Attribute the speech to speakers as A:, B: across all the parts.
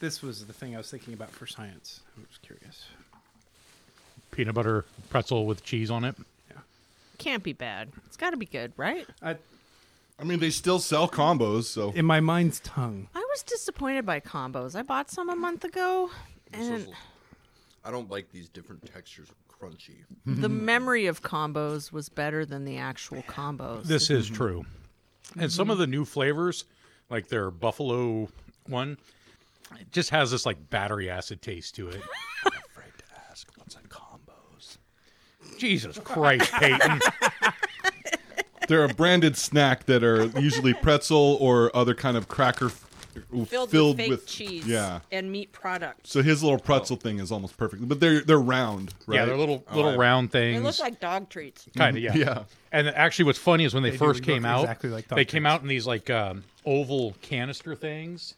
A: This was the thing I was thinking about for science. I was curious.
B: Peanut butter pretzel with cheese on it.
C: Can't be bad. It's got to be good, right?
A: I,
D: I mean, they still sell combos, so
A: in my mind's tongue,
C: I was disappointed by combos. I bought some a month ago, and
E: Sizzle. I don't like these different textures of crunchy.
C: the memory of combos was better than the actual combos.
B: This
D: Mm-hmm.
B: is true. And some of the new flavors, like their buffalo one, it just has this like battery acid taste to it.
D: afraid to ask what's in combos.
B: Jesus Christ, Peyton.
D: They're a branded snack that are usually pretzel or other kind of cracker f-
F: Filled, with fake cheese
D: Yeah.
F: and meat products.
D: So his little pretzel thing is almost perfect, but they're they're round, right? Mm-hmm.
B: Yeah, they're little
E: Oh,
B: little round
F: They
B: things.
F: look like dog treats.
B: kind of yeah.
D: Yeah.
B: And actually, what's funny is when they,
A: They do
B: first
A: look
B: came out,
A: exactly like Dr.
B: they came
A: Oetker's.
B: out in these like um, oval canister things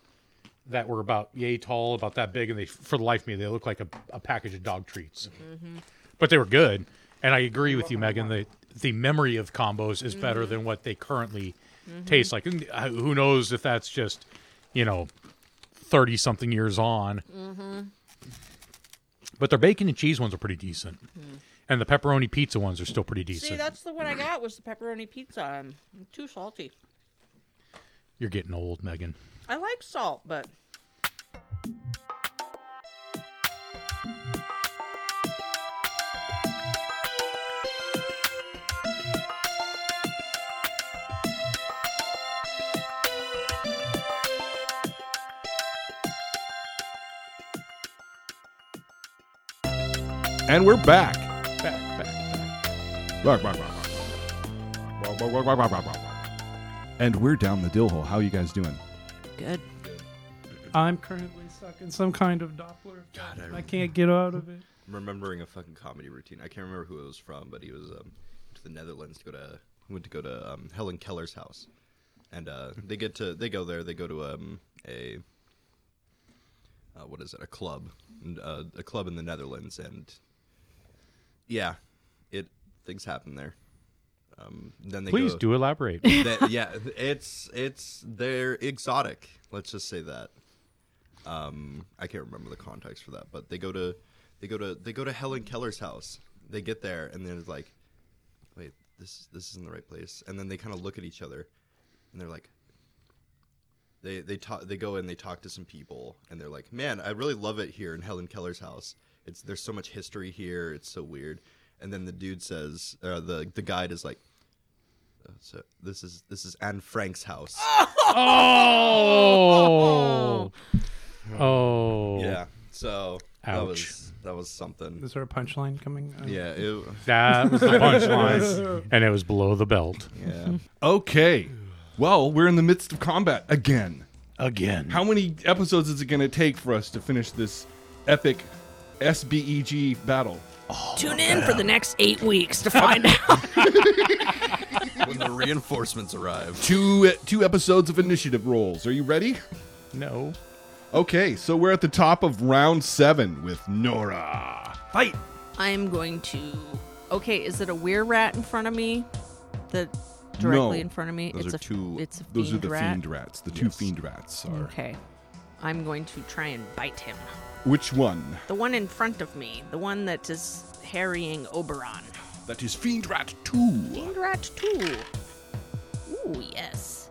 B: that were about yay tall, about that big, and they for the life of me they look like a, a package of dog treats.
F: Mm-hmm.
B: But they were good, and I agree with you, Megan. The the memory of combos is better
F: Mm-hmm.
B: than what they currently taste like. And, uh, who knows if that's just you know thirty something years on.
F: Mm-hmm.
B: But their bacon and cheese ones are pretty decent. And the pepperoni pizza ones are still pretty decent.
F: Hmm. See, that's the one I got was the pepperoni pizza. Um, too salty.
B: You're getting old, Megan.
F: I like salt, but
D: And we're back.
B: Back, back, back.
D: Rock, rock, rock, rock. Rock, rock, rock, rock, rock, rock, rock. And we're down the dill hole. How you guys doing?
C: good.
A: I'm currently stuck in some kind of Doppler.
E: God, I
A: I, can't get out of it.
E: I'm remembering a fucking comedy routine. I can't remember who it was from, but he was um, to the Netherlands to go to he went to go to um, Helen Keller's house, and uh, they get to they go there. They go to um, a uh, what is it? A club, and, uh, a club in the Netherlands, and yeah, it things happen there. Um, then they
B: Please
E: go,
B: do elaborate.
E: that- yeah, it's it's they're exotic. Let's just say that. Um, I can't remember the context for that, but they go to they go to they go to Helen Keller's house. They get there and then it's like, wait, this this isn't the right place. And then they kind of look at each other, and they're like, they they talk they go and they talk to some people, and they're like, man, I really love it here in Helen Keller's house. It's there's so much history here. It's so weird. And then the dude says, uh, the the guide is like, so this is this is Anne Frank's house.
B: oh. Oh.
E: Yeah. So that
B: Ouch.
E: was that was something.
A: Is there a punchline coming? Uh,
E: Yeah. It,
B: That was the punchline. and it was below the belt.
E: yeah.
D: Okay. Well, we're in the midst of combat again.
B: Again.
D: How many episodes is it going to take for us to finish this epic SBEG battle?
C: Tune in for the next eight weeks to find out.
E: when the reinforcements arrive.
D: Two two episodes of initiative rolls. Are you ready?
B: No.
D: Okay, so we're at the top of round 7 with Nora.
A: Fight.
C: I'm going to. Okay, is it a weird rat in front of me? The directly in front of me.
D: Those
C: it's
D: are
C: a
D: two
C: It's a fiend
D: Those are the
C: rat.
D: fiend rats. The two fiend rats are.
C: Okay, I'm going to try and bite him.
D: Which one?
C: The one in front of me. The one that is harrying Oberon.
D: That is fiend rat 2.
C: Fiend rat too. Ooh yes.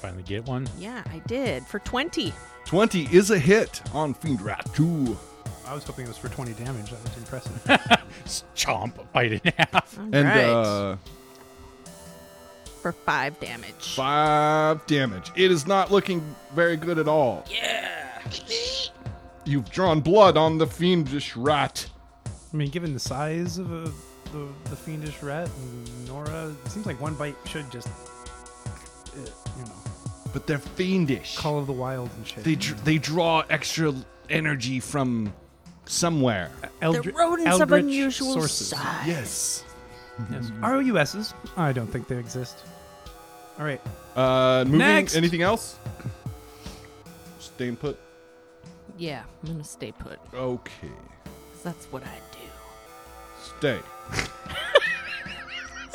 B: Finally get one.
C: Yeah, I did for twenty.
D: 20 is a hit on fiend rat 2.
A: I was hoping it was for 20 damage. That was impressive.
B: Chomp. Bite it in half.
C: All right,
D: And uh
C: for five damage.
D: 5 damage. It is not looking very good at all. Yeah. You've drawn blood on the fiendish rat.
A: I mean, given the size of a, the, the fiendish rat and Nora, it seems like one bite should just, uh, you know,
D: But they're fiendish.
A: Call of the Wild and shit.
D: They dr- they draw extra energy from somewhere.
A: Eldri-
C: the rodents of
A: eldritch
C: unusual
A: sources.
C: size.
D: Yes.
A: Yes. ROUSs. I don't think they exist. All right.
D: Uh, moving.
A: Next.
D: Anything else? Staying put.
C: Yeah, I'm gonna stay put.
D: Okay.
C: 'cause that's what I do.
D: Stay.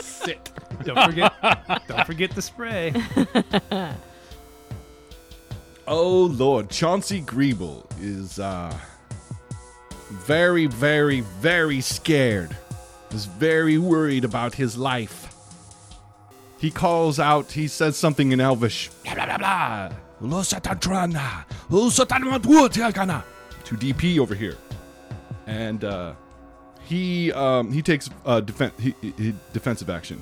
D: Sit.
A: Don't forget. don't forget the spray.
D: Oh Lord, Chauncey Griebel is uh, very, very, very scared. Is very worried about his life. He calls out. He says something in Elvish. Blah blah blah blah. Losatantrana, losatanmatuotiagana. To DP over here, and uh, he um, he takes uh, defen- he, he- he- defensive action,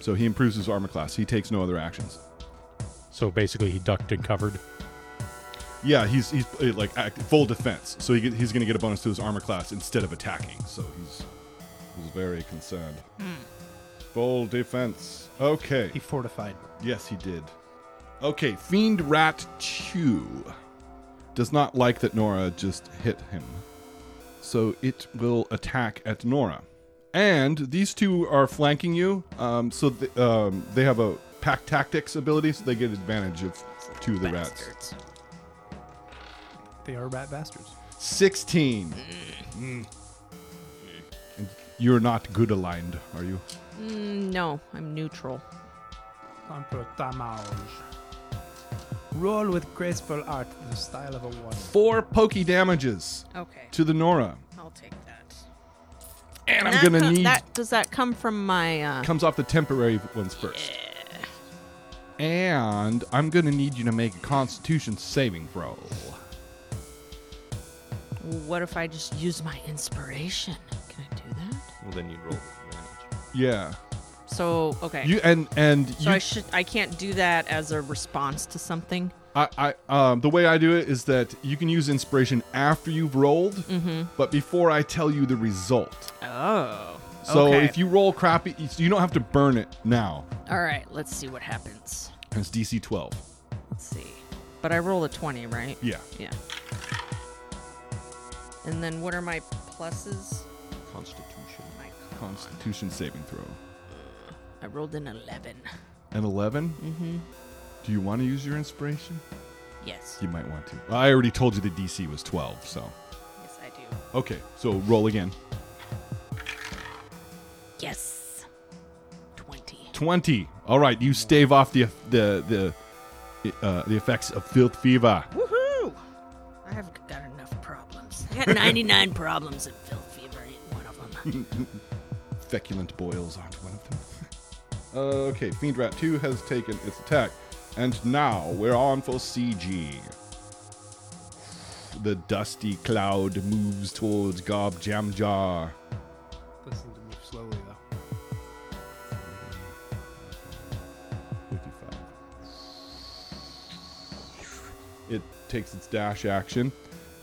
D: so he improves his armor class. He takes no other actions.
B: So basically, he ducked and covered.
D: Yeah, he's he's uh, like act, full defense, so he, get- he's going to get a bonus to his armor class instead of attacking. So he's he's very concerned. Full defense. Okay.
A: He fortified.
D: Yes, he did. Okay, Fiend Rat Chew does not like that Nora just hit him. So it will attack at Nora. And these two are flanking you, um, so th- um, they have a pack tactics ability, so they get advantage of two of the rats.
C: Bastards.
A: They are rat bastards.
D: 16. And Mm. You're not good aligned, are you?
C: Mm, No, I'm neutral.
A: Contre Tamage. Roll with graceful art, the style of a warrior.
D: Four pokey damages
F: Okay,
D: to the Nora.
F: I'll take that.
D: And
C: That
D: I'm going to
C: co-
D: need
C: that. Does that come from my? Uh,
D: comes off the temporary ones first. And I'm gonna need you to make a Constitution saving throw.
C: what if I just use my inspiration? Can I do that?
E: Well, then you roll with advantage.
D: Yeah,
C: So okay.
D: you and and
C: so
D: you,
C: I should. I can't do that as a response to something.
D: I, I um, the way I do it is that you can use inspiration after you've rolled,
C: Mm-hmm.
D: but before I tell you the result.
C: Oh.
D: So
C: okay.
D: if you roll crappy, you don't have to burn it now.
C: All right. Let's see what happens.
D: It's DC 12.
C: Let's see. But I roll a twenty, right?
D: Yeah.
C: Yeah. And then what are my pluses?
E: Constitution.
C: My
D: Constitution saving throw.
C: I rolled an 11.
D: An 11. Mm-hmm. Do you want to use your inspiration?
C: Yes.
D: You might want to. I already told you the DC was 12, so.
C: Yes, I do.
D: Okay, so roll again.
C: Yes. 20.
D: 20. All right, you stave off the the the uh, the effects of filth fever.
C: Woohoo! I have got enough problems. I had 99 problems in Filth Fever, ain't one of them.
D: Feculent boils aren't one of them. Uh, okay, Fiend Rat 2 has taken its attack. And now we're on for CG. The dusty cloud moves towards Gob Jamjar.
A: This needs to move slowly, though.
D: 55. It takes its dash action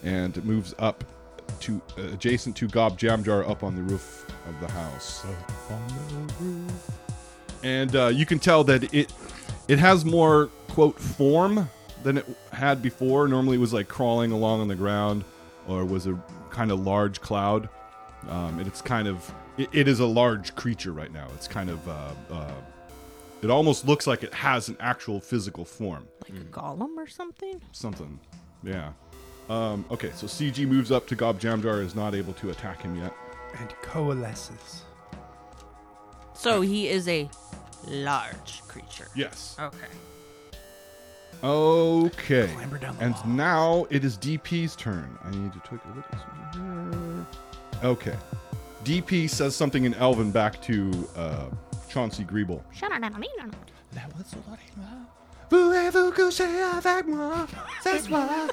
D: and it moves up to uh, adjacent to Gob Jamjar up on the roof of the house. And uh, you can tell that it it has more quote form than it had before. Normally it was like crawling along on the ground or was a kind of large cloud. Um, and it's kind of it, it is a large creature right now. It's kind of uh, uh, it almost looks like it has an actual physical form.
C: Like a golem or something?
D: Something. Yeah. Um, okay, so CG moves up to Gob Jamjar is not able to attack him yet.
A: And coalesces.
C: So he is a large creature.
D: Yes.
C: Okay.
D: Okay.
A: Clamber down the
D: and
A: wall.
D: now it is DP's turn. I need to take a look at something here. Okay. DP says something in Elven back to uh, Chauncey Griebel. Voulez-vous coucher avec moi ce soir?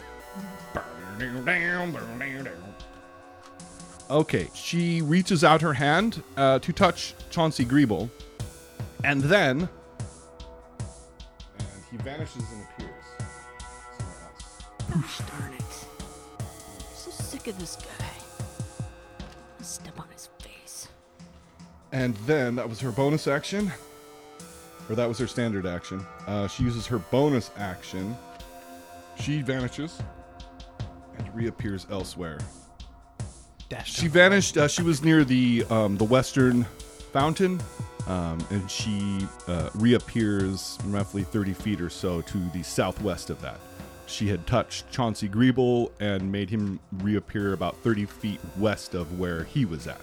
D: Okay, she reaches out her hand uh, to touch Chauncey Griebel, and then. And he vanishes and appears somewhere else.
C: Darn it. I'm so sick of this guy. Step on his face.
D: And then that was her bonus action, or that was her standard action. Uh, she uses her bonus action. She vanishes and reappears elsewhere.
A: Dash.
D: She vanished. Uh, she was near the um, the western fountain, um, and she uh, reappears roughly 30 feet or so to the southwest of that. She had touched Chauncey Griebel and made him reappear about 30 feet west of where he was at.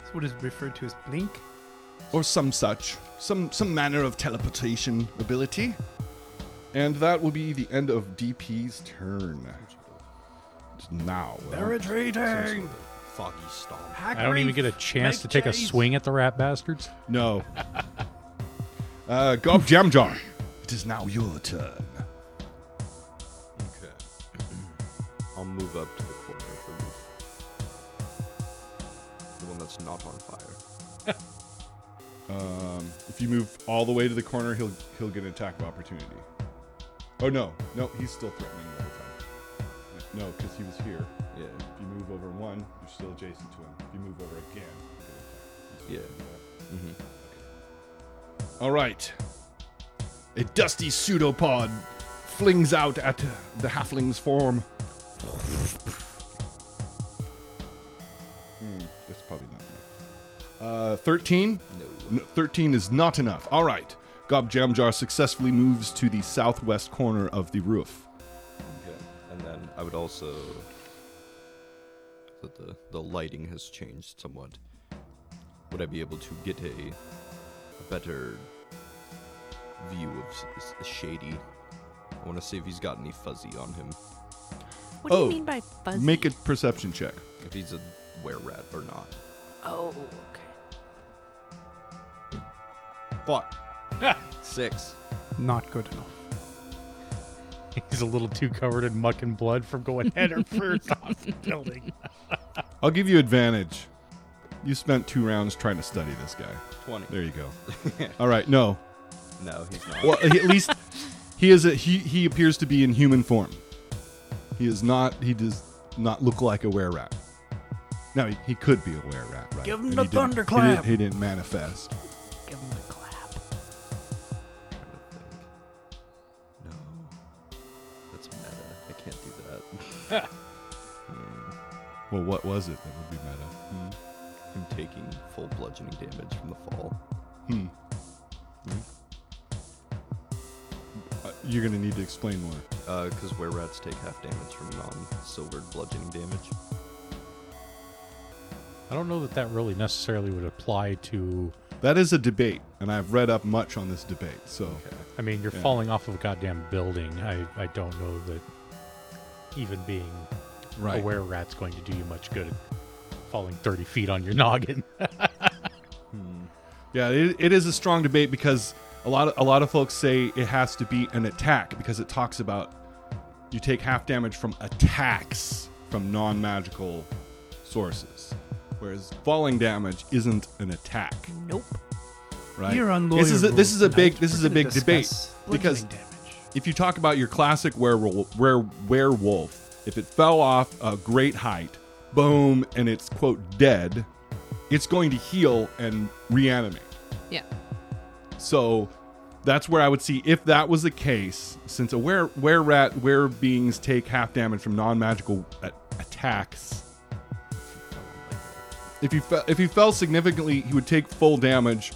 A: That's what is referred to as blink.
D: Oh. or some such, some some manner of teleportation ability. And that will be the end of DP's turn. It's Now. well,
A: They're retreating.
E: Foggy storm.
B: I don't even get a chance to take a swing at the rat bastards.
D: No. uh, go up, Jamjar. It is now your turn.
E: Okay. I'll move up to the corner for you. The one that's not on fire.
D: Um, if you move all the way to the corner, he'll he'll get an attack of opportunity. Oh no, no, he's still threatening the whole time. No, because he was here.
E: Yeah.
D: If you move over one, you're still adjacent to him. If you move over again, you get an attack. You still
E: Yeah.
D: do that. All right. A dusty pseudopod flings out at the halfling's form. Hmm, that's probably not enough. Uh, 13? No. 13 is not enough. All right. Gob Jamjar successfully moves to the southwest corner of the roof.
E: Okay. And then I would also. That the the lighting has changed somewhat. Would I be able to get a, a better view of s- s- Shady? I want to see if he's got any fuzzy on him.
C: What do
D: Oh,
C: you mean by fuzzy?
D: Make a perception check.
E: If he's a were rat or not.
C: Oh, okay.
E: Fuck. Six.
A: Not good enough.
B: He's a little too covered in muck and blood from going head or first off the building.
D: I'll give you advantage. You spent two rounds trying to study this guy.
E: 20.
D: There you go. All right. No.
E: No, he's not.
D: Well, he- at least he is a, he he appears to be in human form. He is not. He does not look like a were rat. Now he, he could be a were rat, right?
A: Give him
D: And
A: the
D: he didn't- he
A: thunderclap.
D: didn't- He didn't manifest.
C: Give him a clap.
E: No. That's meta. I can't do that.
D: Well, what was it that would be meta?
E: I'm taking full bludgeoning damage from the fall.
D: Uh, you're gonna need to explain more.
E: Because Uh, where rats take half damage from non silvered bludgeoning damage.
B: I don't know that that really necessarily would apply to.
D: That is a debate, and I've read up much on this debate. So,
B: I mean, you're
D: Yeah.
B: falling off of a goddamn building. I, I don't know that even being
D: Right.
B: aware rat's going to do you much good. Falling 30 feet on your noggin.
D: yeah, it, it is a strong debate because a lot of a lot of folks say it has to be an attack because it talks about you take half damage from attacks from non-magical sources, whereas falling damage isn't an attack,
C: Nope.
D: right?
A: You're on
D: this is a,
A: lawyer
D: this is a
A: rules
D: big
A: tonight.
D: this is
A: We're
D: a
A: gonna
D: big debate
A: discuss
D: because
A: bludgeoning damage.
D: if you talk about your classic werewolf, were, werewolf, if it fell off a great height, boom, and it's quote dead, it's going to heal and reanimate.
C: Yeah.
D: So that's where I would see if that was the case, since a were, were rat, were beings take half damage from non magical a- attacks. If you fe- if he fell significantly, he would take full damage,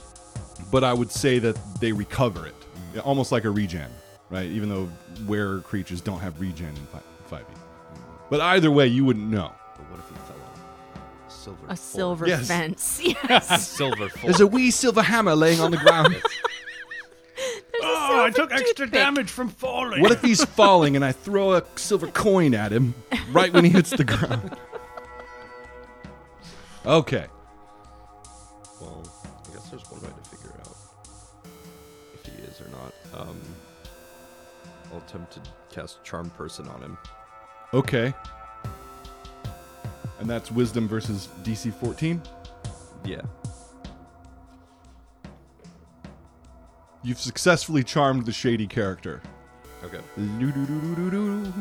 D: but I would say that they recover it, Yeah, almost like a regen, right? Even though were creatures don't have regen in five E. But either way, you wouldn't know.
E: But what if he fell on silver?
C: A silver
D: Yes.
C: fence. Yes.
E: Silver full.
D: There's a wee silver hammer laying on the ground.
A: Oh, I took extra
C: toothpick.
A: damage from falling.
D: What if he's falling and I throw a silver coin at him right when he hits the ground? Okay.
E: well, I guess there's one way to figure out if he is or not. Um, I'll attempt to cast Charm Person on him.
D: Okay. And that's wisdom versus DC 14.
E: Yeah.
D: You've successfully charmed the shady character.
E: Okay.
D: Loo-doo-doo-doo-doo-doo.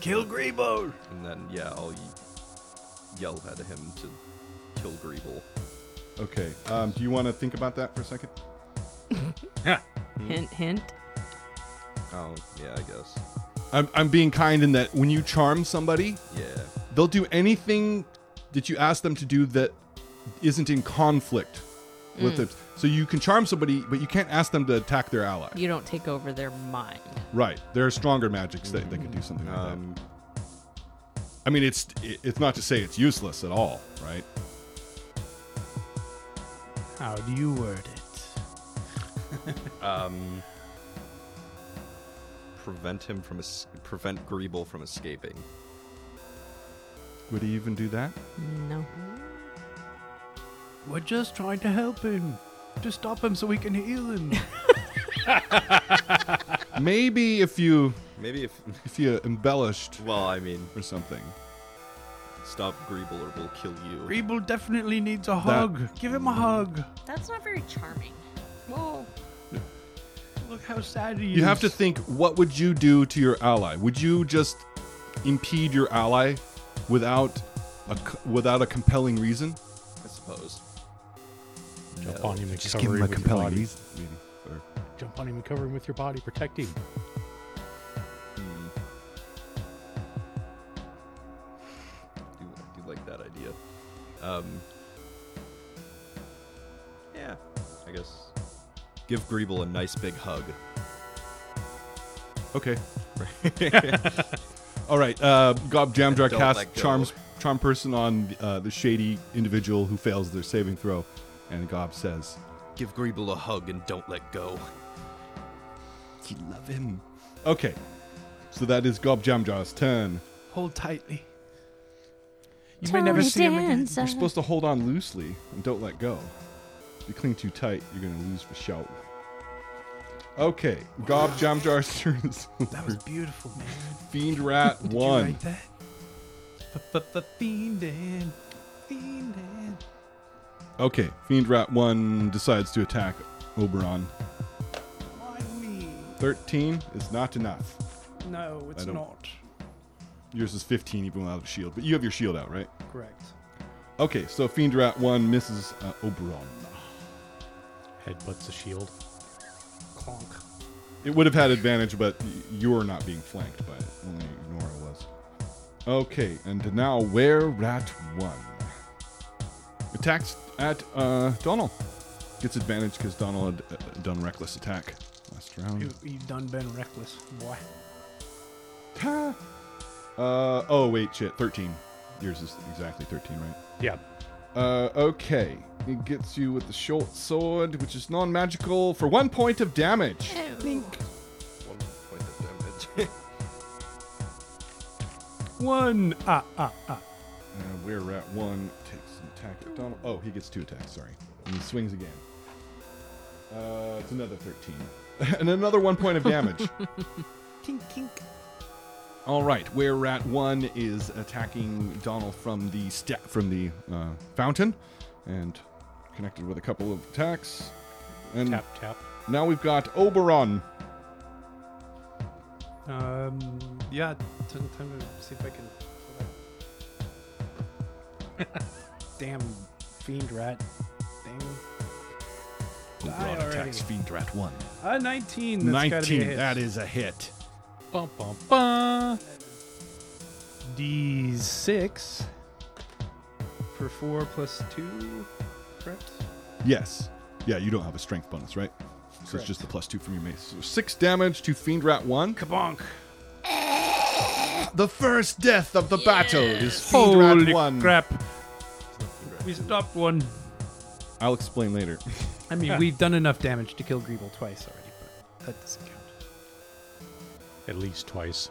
A: Kill Grebo.
E: And then, yeah, I'll ye- yell at him to kill Greeble.
D: Okay. Um, do you want to think about that for a second?
C: hint, hint.
E: Oh, yeah, I guess.
D: I'm, I'm being kind in that when you charm somebody,
E: Yeah.
D: they'll do anything that you ask them to do that isn't in conflict
B: Mm.
D: with it. So you can charm somebody, but you can't ask them to attack their ally.
C: You don't take over their mind.
D: Right. There are stronger magics that, that can do something like
E: Um,
D: that. I mean, it's it- it's not to say it's useless at all, right?
A: How do you word it?
E: Um, prevent him from es- prevent Greeble from escaping.
D: Would he even do that?
C: No.
A: We're just trying to help him. To stop him so we can heal him.
D: Maybe if you
E: Maybe if
D: if you embellished
E: well, I mean,
D: or something.
E: stop Greeble or we'll kill you.
A: Rebel definitely needs a hug. Give him a hug.
F: That's not very charming.
A: Whoa. Look how sad he is.
D: You have to think what would you do to your ally? Would you just impede your ally without a c- without a compelling reason?
E: I suppose.
B: Jump on him and cover him with your body.
D: reason. maybe, or-
B: Jump on him and cover him with your body. Protect him.
E: I do, I do like that idea. Um, yeah, I guess. Give Greeble a nice big hug.
D: Okay. All right. Uh, Gob Jamdrak
E: Don't
D: casts
E: let go.
D: charms charm person on uh, the shady individual who fails their saving throw, and Gob says,
E: Give Greeble a hug and don't let go.
D: "You love him." Okay. So that is Gob Jamdra's turn.
A: hold tightly. You may never see him again.
D: You're supposed to hold on loosely and don't let go. If you cling too tight, you're going to lose the shout. Okay, Gob Jamjar's turn is
A: That was beautiful, man.
D: Fiend Rat
A: Did you
D: 1.
A: write that? F-f-f-fiendin', fiendin'.
D: Okay, Fiend Rat 1 decides to attack Oberon.
A: Why me?
D: 13 is not enough.
A: No, it's
D: don't-
A: not.
D: Yours is 15 even without a shield, but you have your shield out, right?
A: Correct.
D: Okay, so Fiend Rat 1 misses uh, Oberon.
B: Headbutts the shield.
A: Clonk.
D: It would have had advantage, but y- you're not being flanked by it. Only Nora was. Okay, and now where Rat One attacks at uh, Donald. Gets advantage because Donald had uh, done reckless attack last
A: You,
D: round.
A: you done been reckless, boy.
D: Ta- Uh, oh wait, shit, thirteen. Yours is exactly thirteen, right?
B: Yeah.
D: Uh, okay, it gets you with the short sword, which is non-magical, for one point of damage.
A: Oh.
E: One point of damage.
A: One. Ah, ah, ah.
D: Uh, we're at one. Takes an attack at Donald. Oh, he gets two attacks. Sorry. And he swings again. Uh, it's another 13. and another one point of damage.
A: Kink, kink.
D: All right, where Rat One is attacking Donald from the sta- from the uh, fountain, and connected with a couple of attacks. And
B: Tap, tap.
D: now we've got Oberon.
A: Um, yeah, t- time to see if I can. Damn fiend rat thing. Die already.
D: Fiend Rat One.
A: Uh, 19. That's gotta be a hit.
D: That is a hit.
B: Bum, bum, bum.
A: D6 for 4 plus 2, correct?
D: Yes. Yeah, you don't have a strength bonus, right? So it's
A: Correct.
D: just the plus two from your mace. So six damage to Fiend Rat One.
A: Kabonk.
D: The first death of the battle is Fiend Rat
A: Holy
D: One.
A: crap. We stopped one.
D: I'll explain later.
A: I mean, we've done enough damage to kill Greeble twice already, but that doesn't count.
B: At least twice.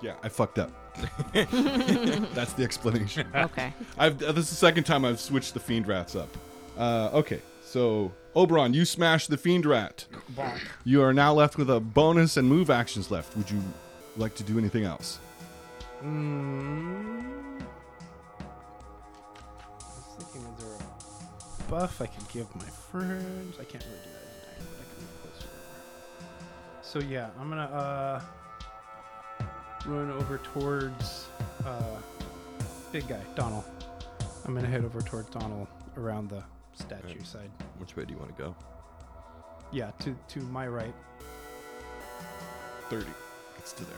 D: yeah, I fucked up. That's the explanation.
C: Okay.
D: I've uh, this is the second time I've switched the Fiend Rats up. Uh, okay, so Oberon, you smash the Fiend Rat. You are now left with a bonus and move actions left. Would you like to do anything else?
A: Mm. I was thinking, is there a buff I can give my friends? I can't really do that in time, but I can move closer. So yeah, I'm gonna uh, run over towards uh, big guy Donald. I'm gonna head over towards Donald around the statue side.
E: Which way do you want to go?
A: Yeah, to to my right.
D: Thirty. It's to there.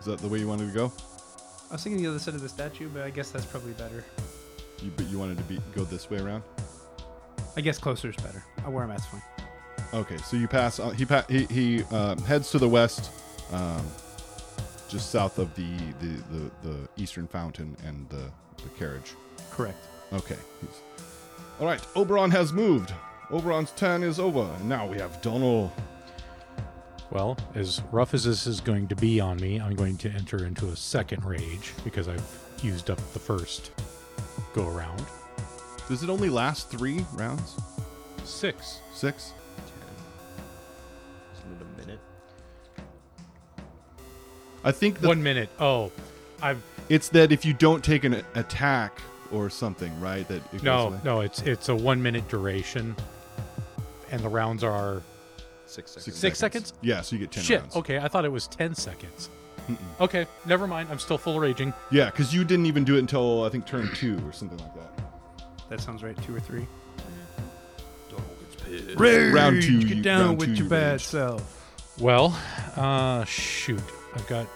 D: Is that the way you wanted to go?
A: I was thinking the other side of the statue, but I guess that's probably better.
D: You, but you wanted to be go this way around.
A: I guess closer is better. I wear a mask fine.
D: Okay, so you pass. On, he pa- he he um, heads to the west, um, just south of the the, the, the eastern fountain and the, the carriage.
A: Correct.
D: Okay. he's- All right. Oberon has moved. Oberon's turn is over, and now we have Donald.
B: Well, as rough as this is going to be on me, I'm going to enter into a second rage because I've used up the first go around.
D: Does it only last three rounds?
B: Six.
D: Six?
E: Isn't it a minute?
D: I think the,
B: One minute. Oh, I've
D: it's that if you don't take an attack or something, right? That it goes
B: no,
D: away.
B: no. It's it's a one minute duration, and the rounds are
E: Six seconds.
D: Six,
B: Six seconds?
D: Yeah, so you get ten
B: shit.
D: rounds.
B: Okay, I thought it was ten seconds. Okay, never mind. I'm still full raging.
D: Yeah, because you didn't even do it until I think turn two or something like that.
A: That sounds right. Two or three.
D: Round two.
A: Get
D: you-
A: down
D: round
A: with
D: two,
A: your
D: you
A: bad
D: rage.
A: self.
B: Well, uh, shoot. I've got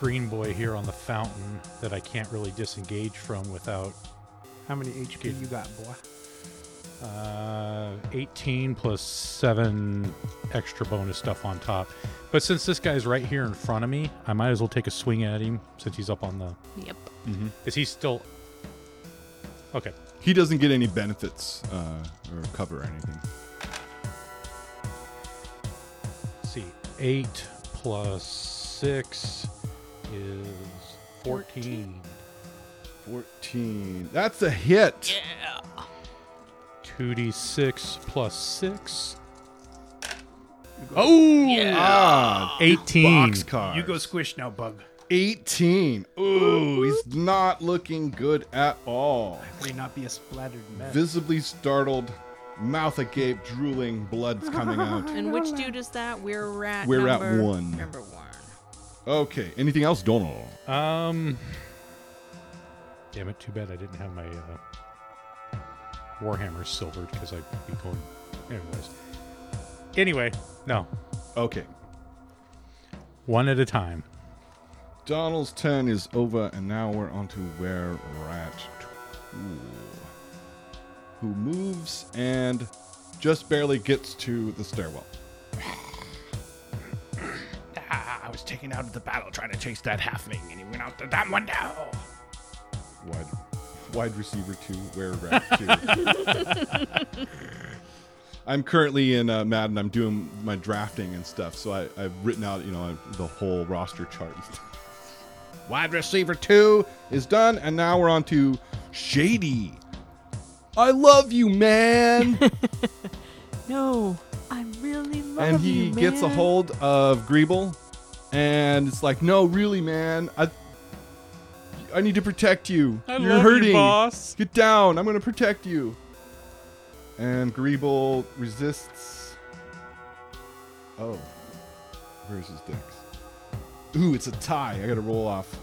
B: Green Boy here on the fountain that I can't really disengage from without
A: How many HP you got, boy?
B: Uh, 18 plus 7 extra bonus stuff on top. But since this guy's right here in front of me, I might as well take a swing at him since he's up on the.
C: Yep.
B: Is he still. Okay.
D: He doesn't get any benefits uh, or cover or anything.
B: Let's see. 8 plus 6 is 14.
D: Fourteen. That's a hit.
B: 2d6 plus 6. Oh!
D: Ah,
B: 18.
D: boxcar.
A: You go squish now, bug.
D: 18. Ooh, he's not looking good at all.
A: May not be a splattered mess.
D: Visibly startled, mouth agape, drooling, blood's coming out.
C: And which dude is that? We're rat.
D: We're at
C: number,
D: one.
C: Number one.
D: Okay, anything else, Donald?
B: Um. Damn it! Too bad I didn't have my uh, Warhammer silvered because I'd be going. Anyways. Anyway, no.
D: Okay,
B: One at a time.
D: Donald's turn is over, and now we're on to Were Rat Tool, who moves and just barely gets to the stairwell.
G: Ah, I was taken out of the battle trying to chase that halfling, and he went out the damn window.
D: Wide, wide receiver two, Were Rat two. I'm currently in uh, Madden. I'm doing my drafting and stuff, so I, I've written out, you know, the whole roster chart. and stuff. Wide receiver two is done, and now we're on to Shady. I love you, man.
C: No, I really love
D: and he
C: you,
D: gets a
C: man.
D: hold of Greeble, and it's like, no, really, man, I, I need to protect you. You're hurting.
B: boss.
D: Get down. I'm gonna protect you. And Greeble resists. Oh, where's his dex? Ooh, it's a tie. I gotta roll off.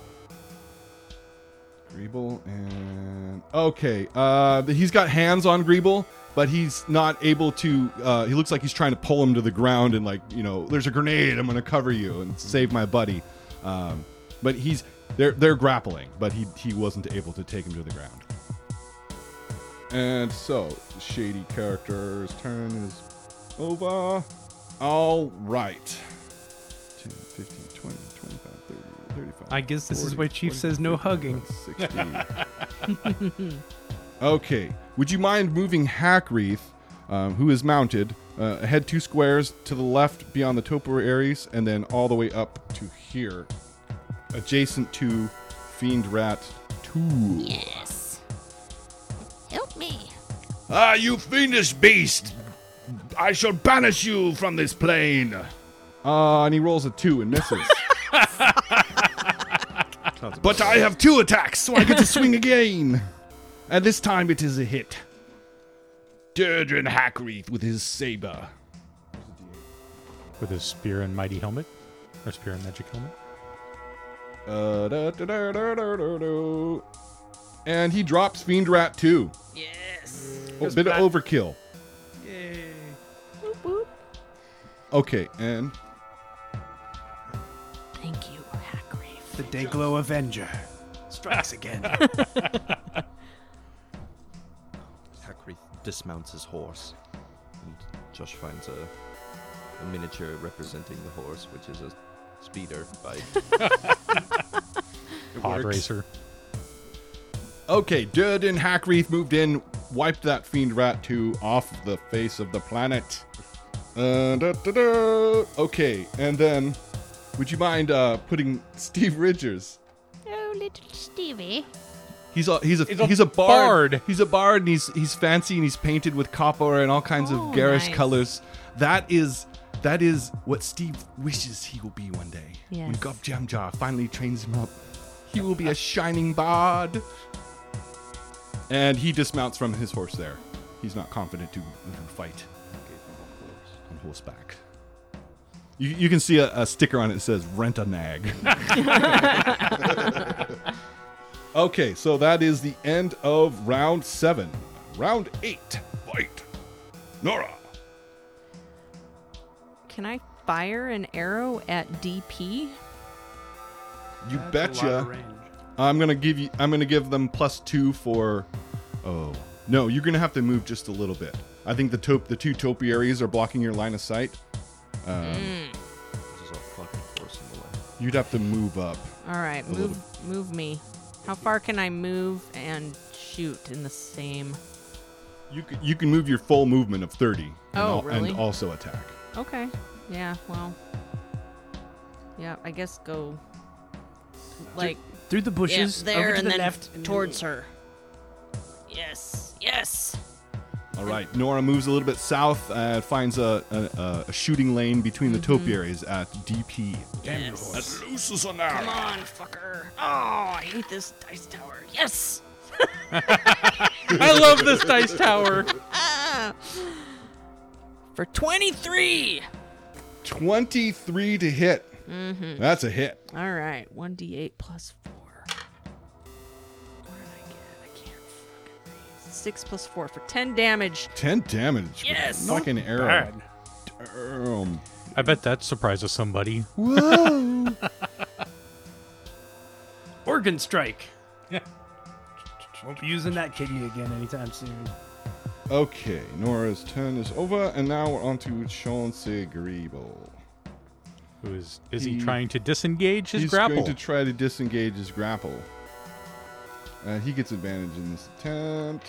D: Greeble and okay. Uh, th- he's got hands on Greeble, but he's not able to. Uh, he looks like he's trying to pull him to the ground and like you know, there's a grenade. I'm gonna cover you and save my buddy. Um, but he's they're they're grappling, but he he wasn't able to take him to the ground. And so, shady character's turn is over. All right. 10, 15, 20, 25, 30, 35.
A: I guess this is
D: 40,
A: why Chief
D: 40,
A: says no
D: 50,
A: hugging.
D: 60. okay. Would you mind moving Hackreath, um, who is mounted, uh, ahead two squares to the left beyond the Topo Ares, and then all the way up to here, adjacent to Fiend Rat 2?
H: Yes. Help me.
G: Ah, you fiendish beast! I shall banish you from this plane.
D: Uh, and he rolls a 2 and misses.
G: But I have two attacks, so I
D: I get to swing again. And this time it is a hit.
G: Durdrin Hackreath with his saber.
B: With his spear and mighty helmet, or spear and magic helmet.
D: Uh, da, da, da, da, da, da, da. And he drops Fiend Rat 2.
F: Yes.
D: A bit of overkill.
A: Yay.
D: Okay, and
C: Thank you, Hackgrave.
A: The Dayglow Avenger strikes again.
E: Hackreath dismounts his horse. And Josh finds a, a miniature representing the horse, which is a speeder bike.
B: Pod racer.
D: okay, Durden Hackreath moved in, wiped that Fiend Rat 2 off the face of the planet. Uh, da, da, da. Okay, and then would you mind uh, putting Steve Richards?
H: Oh, little Stevie.
D: He's a he's a
B: He's a
D: he's a bard.
B: bard.
D: He's a bard, and he's he's fancy, and he's painted with copper and all kinds
C: Oh,
D: of garish
C: nice.
D: colors. That is that is what Steve wishes he will be one day. When
C: Yes.
D: Gob Jam Jar finally trains him up, he will be a shining bard. And he dismounts from his horse. There, he's not confident to, to fight on horseback. You, you can see a, a sticker on it that says "Rent a Nag." Okay, so that is the end of round seven. Round eight.
G: Fight. Nora.
C: Can I fire an arrow at DP?
D: You
A: That's a lot of
D: betcha.
A: range.
D: I'm gonna give you. I'm gonna give them plus two for. Oh no, you're gonna have to move just a little bit. I think the top the two topiaries are blocking your line of sight.
E: This is a fucking force in the way. Oh,
D: You'd have to move up.
C: All right, move move me. How far can I move and shoot in the same?
D: You can, you can move your full movement of thirty. and
C: Oh,
D: al-
C: really?
D: And also attack.
C: Okay. Yeah. Well. Yeah. I guess go. Like
I: Through the
C: yeah,
I: bushes,
C: there
I: over to
C: and
I: the
C: then
I: left.
C: towards her. Yes. Yes.
D: All right, Nora moves a little bit south. Uh, finds a, a- a, a shooting lane between the
A: Mm-hmm.
D: topiaries at DP.
G: As loose as an arrow.
C: Come on, fucker. Oh, I hate this dice tower. Yes.
B: I love this dice tower.
C: For twenty-three.
D: 23 to hit.
A: Mm-hmm.
D: That's a hit.
C: All right, one d eight plus four. What did I get? I can't fucking read. Six plus four for ten damage.
D: 10 damage. with
C: Yes!
D: a Fucking arrow.
B: Bad.
D: Damn.
B: I bet that surprises somebody.
D: Whoa.
I: Organ strike.
B: Yeah.
I: Won't be using that kidney again anytime soon.
D: okay, Nora's turn is over, and now we're on to Chauncey Griebel.
B: Who is is he,
D: He-
B: trying to disengage his
D: He's
B: grapple?
D: going to try to disengage his grapple. Uh, he gets advantage in this attempt.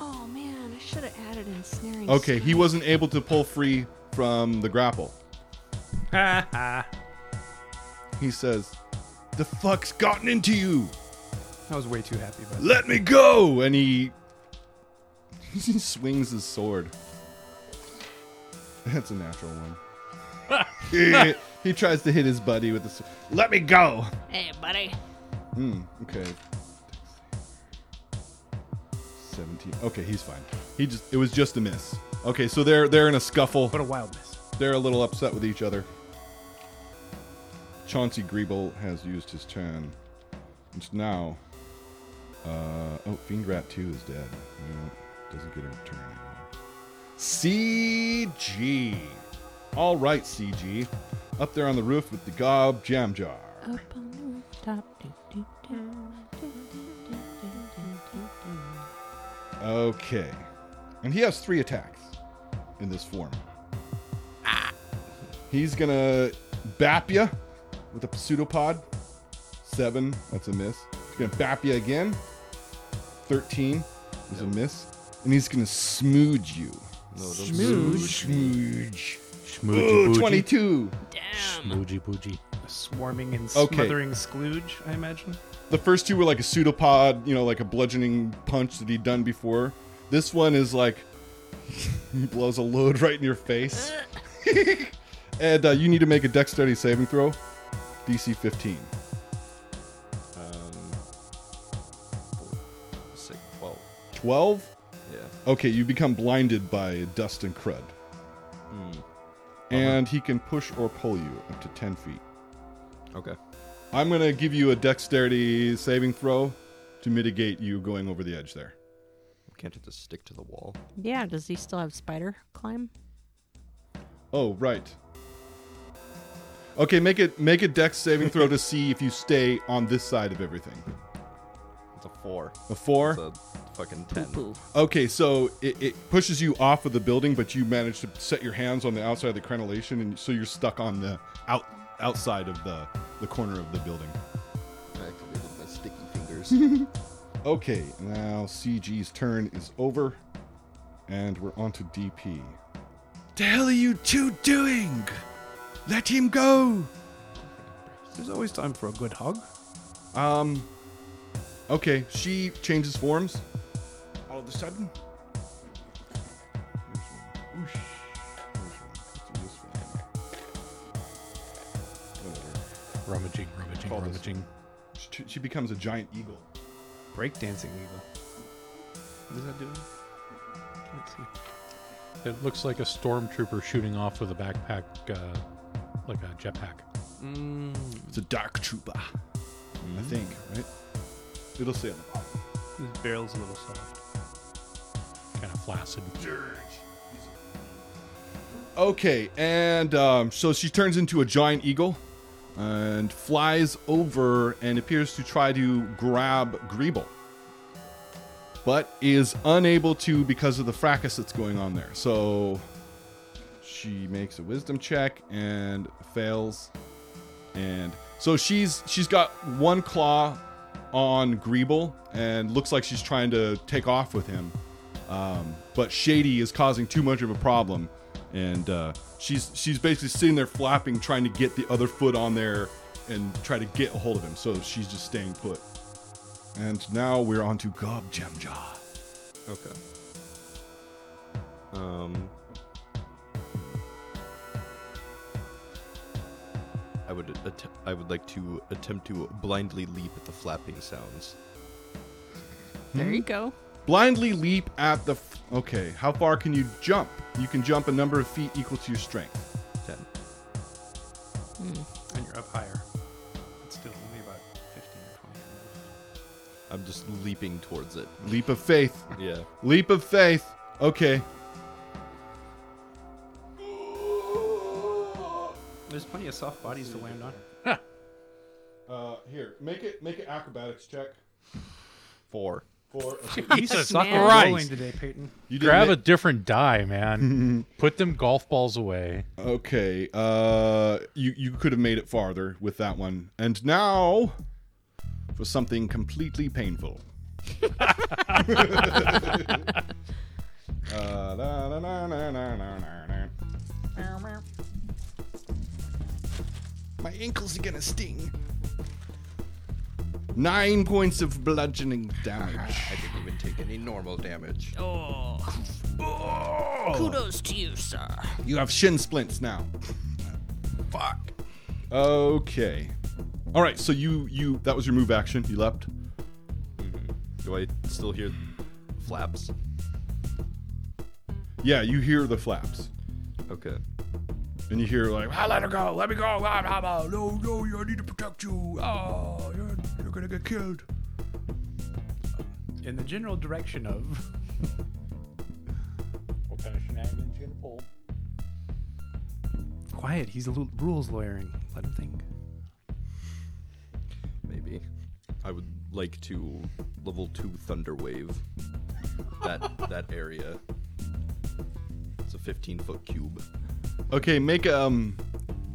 C: Oh man, I should have added ensnaring.
D: Okay, he wasn't able to pull free from the grapple. He says, The fuck's gotten into you?
A: I was way too happy about
D: Let me go! And he, he swings his sword. That's a natural one. he, he tries to hit his buddy with the sword.
G: Let me go.
H: Hey, buddy.
D: Okay. 17. Okay, he's fine. He just it was just a miss. Okay, so they're they're in a scuffle.
A: But a wild miss.
D: They're a little upset with each other. Chauncey Griebel has used his turn. It's now. Uh, oh, Fiend Rat 2 is dead. No, doesn't get a turn anymore. CG! Alright, CG. Up there on the roof with the gob jam jar. Okay. And he has three attacks in this form. He's gonna bap ya with a pseudopod. Seven, that's a miss. He's gonna bap ya again. Thirteen is a miss. And he's gonna smooge you.
E: No, don't
D: Smooge.
B: Schmoogie
D: Ooh,
B: boogie.
D: 22.
B: Schmoogie boogie.
A: A swarming and
D: Okay.
A: smothering sklooge, I imagine.
D: The first two were like a pseudopod, you know, like a bludgeoning punch that he'd done before. This one is like he blows a load right in your face. and uh, you need to make a dexterity saving throw, DC 15.
E: Sick. Well,
D: 12?
E: yeah.
D: Okay, you become blinded by dust and crud.
E: Hmm,
D: And he can push or pull you up to 10 feet.
E: Okay.
D: I'm going to give you a dexterity saving throw to mitigate you going over the edge there.
E: Can't it just stick to the wall?
C: Yeah, does he still have spider climb?
D: Oh, right. Okay, make it make a dex saving throw to see if you stay on this side of everything.
E: It's a four.
D: A four?
E: It's a fucking ten.
C: Poo.
D: Okay, so it, it pushes you off of the building, but you manage to set your hands on the outside of the crenellation, and so you're stuck on the out outside of the the corner of the building.
E: I activated my sticky fingers.
D: Okay, now CG's turn is over. And we're on to DP.
G: The hell are you two doing? Let him go.
A: There's always time for a good hug.
D: Um. Okay, she changes forms.
G: All of a sudden,
D: Here's one. Whoosh. Here's one. Let's do this one. Whatever.
B: Rummaging, rummaging,
D: Call this.
B: rummaging.
D: She, she becomes a giant eagle.
A: Breakdancing eagle. What is that doing? Can't see.
B: It looks like a stormtrooper shooting off with a backpack, uh, like a jetpack.
D: It's a dark trooper. I think, right? It'll say on the bottom.
A: This barrel's a little soft.
B: Kind of flaccid.
D: Okay, and um, so she turns into a giant eagle and flies over and appears to try to grab Greeble, but is unable to because of the fracas that's going on there. So she makes a wisdom check and fails. And so she's she's got one claw on Greeble and looks like she's trying to take off with him. Um, but Shady is causing too much of a problem, and uh, she's she's basically sitting there flapping, trying to get the other foot on there and try to get a hold of him. So she's just staying put. And now we're on to Gob Jamja.
E: Okay. Um. I would att- I would like to attempt to blindly leap at the flapping sounds.
C: There
D: Hmm?
C: you go.
D: Blindly leap at the. F- okay, how far can you jump? You can jump a number of feet equal to your strength.
E: Ten.
A: And you're up higher. It's still only about 15 or 20.
E: I'm just leaping towards it.
D: Leap of faith.
E: Yeah.
D: Leap of faith. Okay.
A: There's plenty of soft bodies to land on.
D: Uh, here, make it make it acrobatics check.
E: Four.
D: Four. Okay.
B: Jesus
C: suck at
A: Rolling
B: Christ.
A: today, Peyton.
D: You didn't
B: Grab
D: ma-
B: a different die, man. Put them golf balls away.
D: Okay. Uh you you could have made it farther with that one. And now for something completely painful. Uh, na, na, na, na, na, na, na, na. My ankles are gonna sting. Nine points of bludgeoning damage.
E: I didn't even take any normal damage.
H: Kudos to you, sir.
D: You have shin splints now.
E: Fuck.
D: Okay. All right. So you you that was your move action. You leapt.
E: Do I still hear flaps?
D: Yeah, you hear the flaps,
E: Okay.
D: and you hear like
G: I let her go. Let me go. Ah, ah, ah. No, no, I need to protect you.
D: Ah,
G: Oh, you're, you're gonna get killed.
A: In the general direction of.
B: What kind of shenanigans you gonna pull?
A: Quiet, he's a little rules lawyering. Let him think.
E: Maybe. I would like to level two thunder wave. That that area. It's a 15 foot cube.
D: okay, make um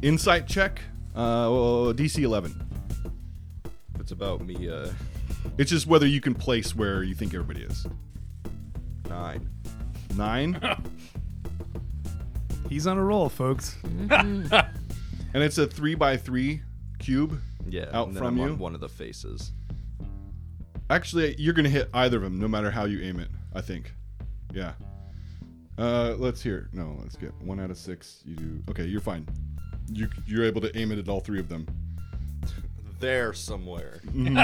D: insight check. Uh, oh, DC 11.
E: It's about me. Uh,
D: It's just whether you can place where you think everybody is.
E: nine.
D: Nine,
A: He's on a roll, folks.
D: and it's a three by three cube.
E: Yeah.
D: Out
E: and then
D: from
E: I'm on
D: you?
E: one of the faces.
D: Actually, you're gonna hit either of them, no matter how you aim it. I think. Yeah. Uh, let's hear. No, let's get one out of six. You do. Okay, you're fine. You you're able to aim it at all three of them.
E: There somewhere.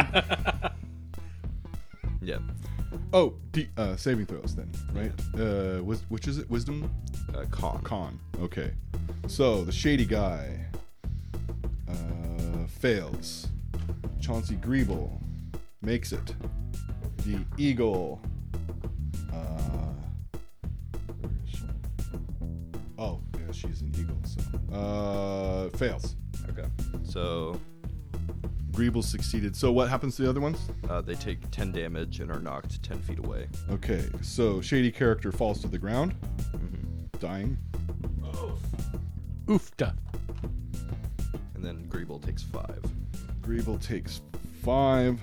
E: yeah.
D: Oh, D, uh, saving throws then, right? Uh, wis- which is it? Wisdom
E: Uh, con.
D: con. Okay. So the shady guy uh, fails. Chauncey Griebel makes it. The eagle. Uh, where is she? Oh, yeah, she's an eagle. So uh, fails.
E: Okay. So
D: Griebel succeeded. So what happens to the other ones?
E: uh, they take 10 damage and are knocked 10 feet away.
D: Okay, so shady character falls to the ground, dying.
B: Oofta.
E: And then Greeble takes five.
D: Griebel takes five,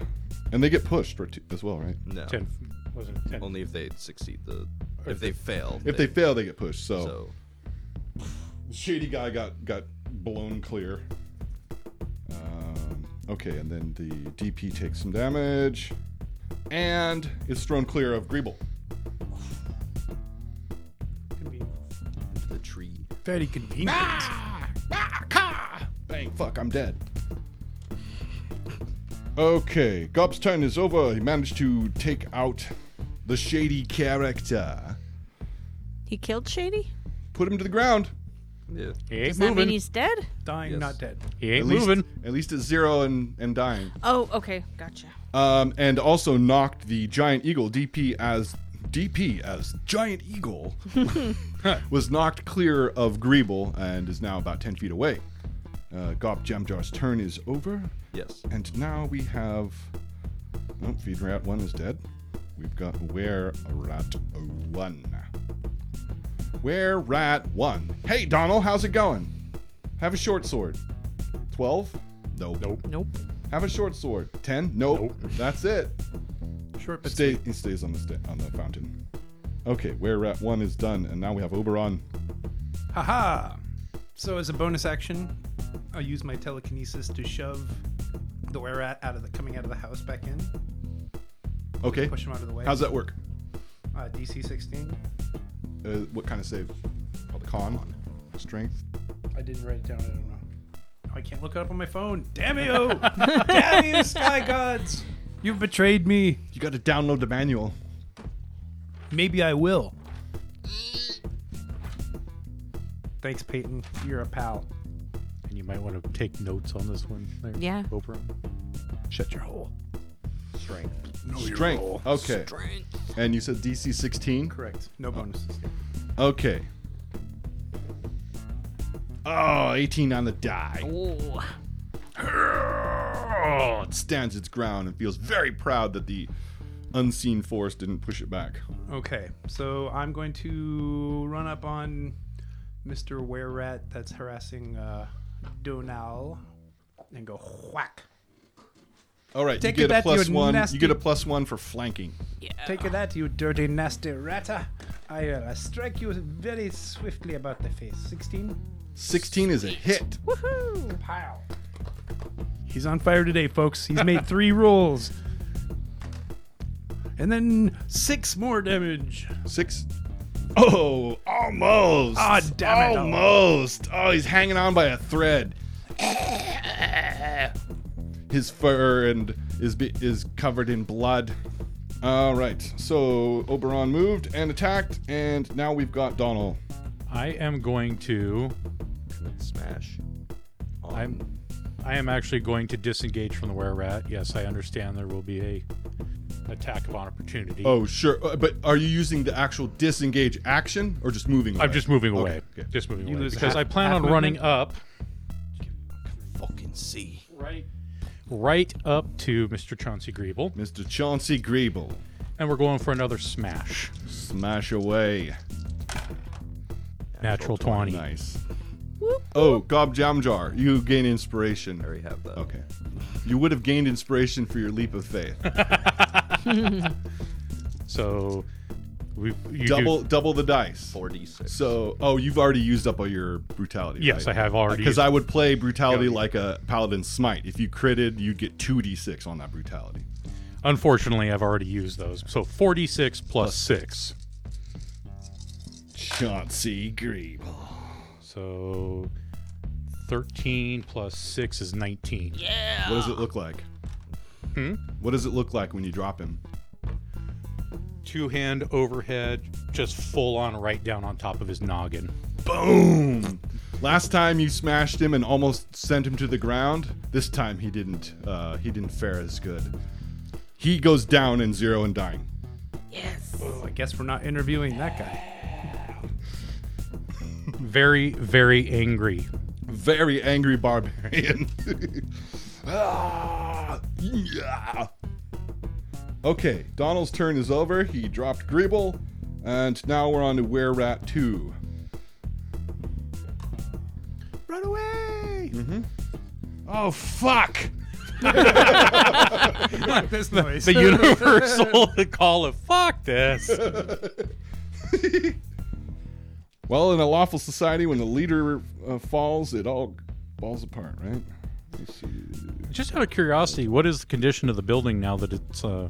D: and they get pushed right, as well, right?
E: No.
B: Ten. Was it ten?
E: Only if they succeed the If they fail.
D: If they fail, they get pushed. So,
E: So
D: shady guy got got blown clear. Um, okay, and then the DP takes some damage, and is thrown clear of Greeble.
E: the tree.
I: Very convenient.
A: Ah!
D: Ah! Bang! Fuck! I'm dead. Okay, Gob's turn is over. He managed to take out the shady character,
C: He killed Shady?
D: put him to the ground.
E: Yeah.
B: He ain't
C: Does that mean
B: moving.
C: he's dead?
A: Dying, not dead.
B: He ain't
D: at least,
B: moving.
D: At least at zero and, and dying.
C: Oh, okay. Gotcha.
D: Um, and also knocked the giant eagle DP as DP as giant eagle was knocked clear of Greeble and is now about ten feet away. Uh, Gop Jamjar's turn is over,
E: Yes.
D: and now we have. Oh, feed rat one is dead. We've got where rat one. Where rat one. Hey Donald, how's it going? Have a short sword. Twelve? Nope. Nope.
C: Nope.
D: Have a short sword. Ten? Nope. That's it.
A: Short but
D: Stay. He stays on the sta- on the fountain. Okay, where rat one is done, and now we have Oberon.
A: Haha! So as a bonus action, I'll use my telekinesis to shove the werat out of the coming out of the house back in.
D: Okay,
A: Push him out of the way.
D: how's that work?
A: Uh, DC 16.
D: Uh, what kind of save? Con, strength.
A: I didn't write it down. I don't know. Oh, I can't look it up on my phone. Damn you! Damn you, Sky Gods! You've betrayed me.
D: You got to download the manual.
A: Maybe I will. Thanks, Peyton. You're a pal.
B: And you might want to take notes on this one. There,
C: Yeah.
B: Oprah.
A: Shut your hole.
D: strength. Okay. And you said DC 16.
A: Correct. No bonuses.
D: Okay. Oh, 18 on the die.
C: Oh.
D: Oh, it stands its ground and feels very proud that the unseen force didn't push it back.
A: Okay, so I'm going to run up on Mr. Were Rat that's harassing uh, Donal and go whack.
D: All right,
A: Take it
D: you get
A: back,
D: a plus
A: you
D: one.
A: nasty-
D: You get a plus one for flanking.
A: Take that, you dirty, nasty ratter. I will uh, strike you very swiftly about the face. 16?
D: 16 is a hit.
A: Pow. He's on fire today, folks. He's made three rolls. And then six more damage.
D: Six. Oh, almost.
A: Ah, damn it.
D: Almost. Oh, he's hanging on by a thread. His fur and is be- is covered in blood. All right. So Oberon moved and attacked, and now we've got Donald.
B: I am going to.
E: Smash.
B: I'm. I am actually going to disengage from the were rat. Yes, I understand there will be a attack of opportunity.
D: Oh, sure. Uh, But are you using the actual disengage action or just moving? Away?
B: I'm just moving away.
D: okay.
B: Just moving away
A: lose
B: because
A: half-
B: I plan
A: half
B: on running up. Fucking see. Right. Right up to Mr. Chauncey Greeble,
D: Mr. Chauncey Greeble.
B: and we're going for another smash.
D: Smash away.
B: Natural twenty.
D: Nice. Oh, Gob Jamjar, you gain inspiration.
E: I already have that.
D: Okay. You would have gained inspiration for your leap of faith.
B: So we you
D: double
B: Do,
D: double the dice.
E: 46.
D: So, oh, you've already used up all your brutality.
B: yes, Uh, I
D: right?
B: have already.
D: Because I would play brutality
B: Yeah.
D: like a paladin smite. If you critted, you'd get two d6 on that brutality.
B: Unfortunately, I've already used those. So 46 plus 6.
D: Chauncey Greeble.
B: So 13 plus 6 is 19.
D: What does it look like?
B: Hmm?
D: What does it look like when you drop him?
B: Two hand overhead, just full on right down on top of his noggin.
D: Boom! Last time you smashed him and almost sent him to the ground. This time he didn't. Uh, he didn't fare as good. He goes down in zero and dying.
A: Oh, I guess we're not interviewing that guy.
B: Very, very angry.
D: Very angry barbarian. Ah, yeah. Okay, Donald's turn is over. He dropped Greeble, and now we're on to Were Rat Two.
A: Run away!
G: Oh, fuck!
A: this noise.
B: The universal call of fuck this.
D: Well, in a lawful society, when the leader uh, falls, it all falls apart, right? Let's see.
B: Just out of curiosity, what is the condition of the building now that it's uh,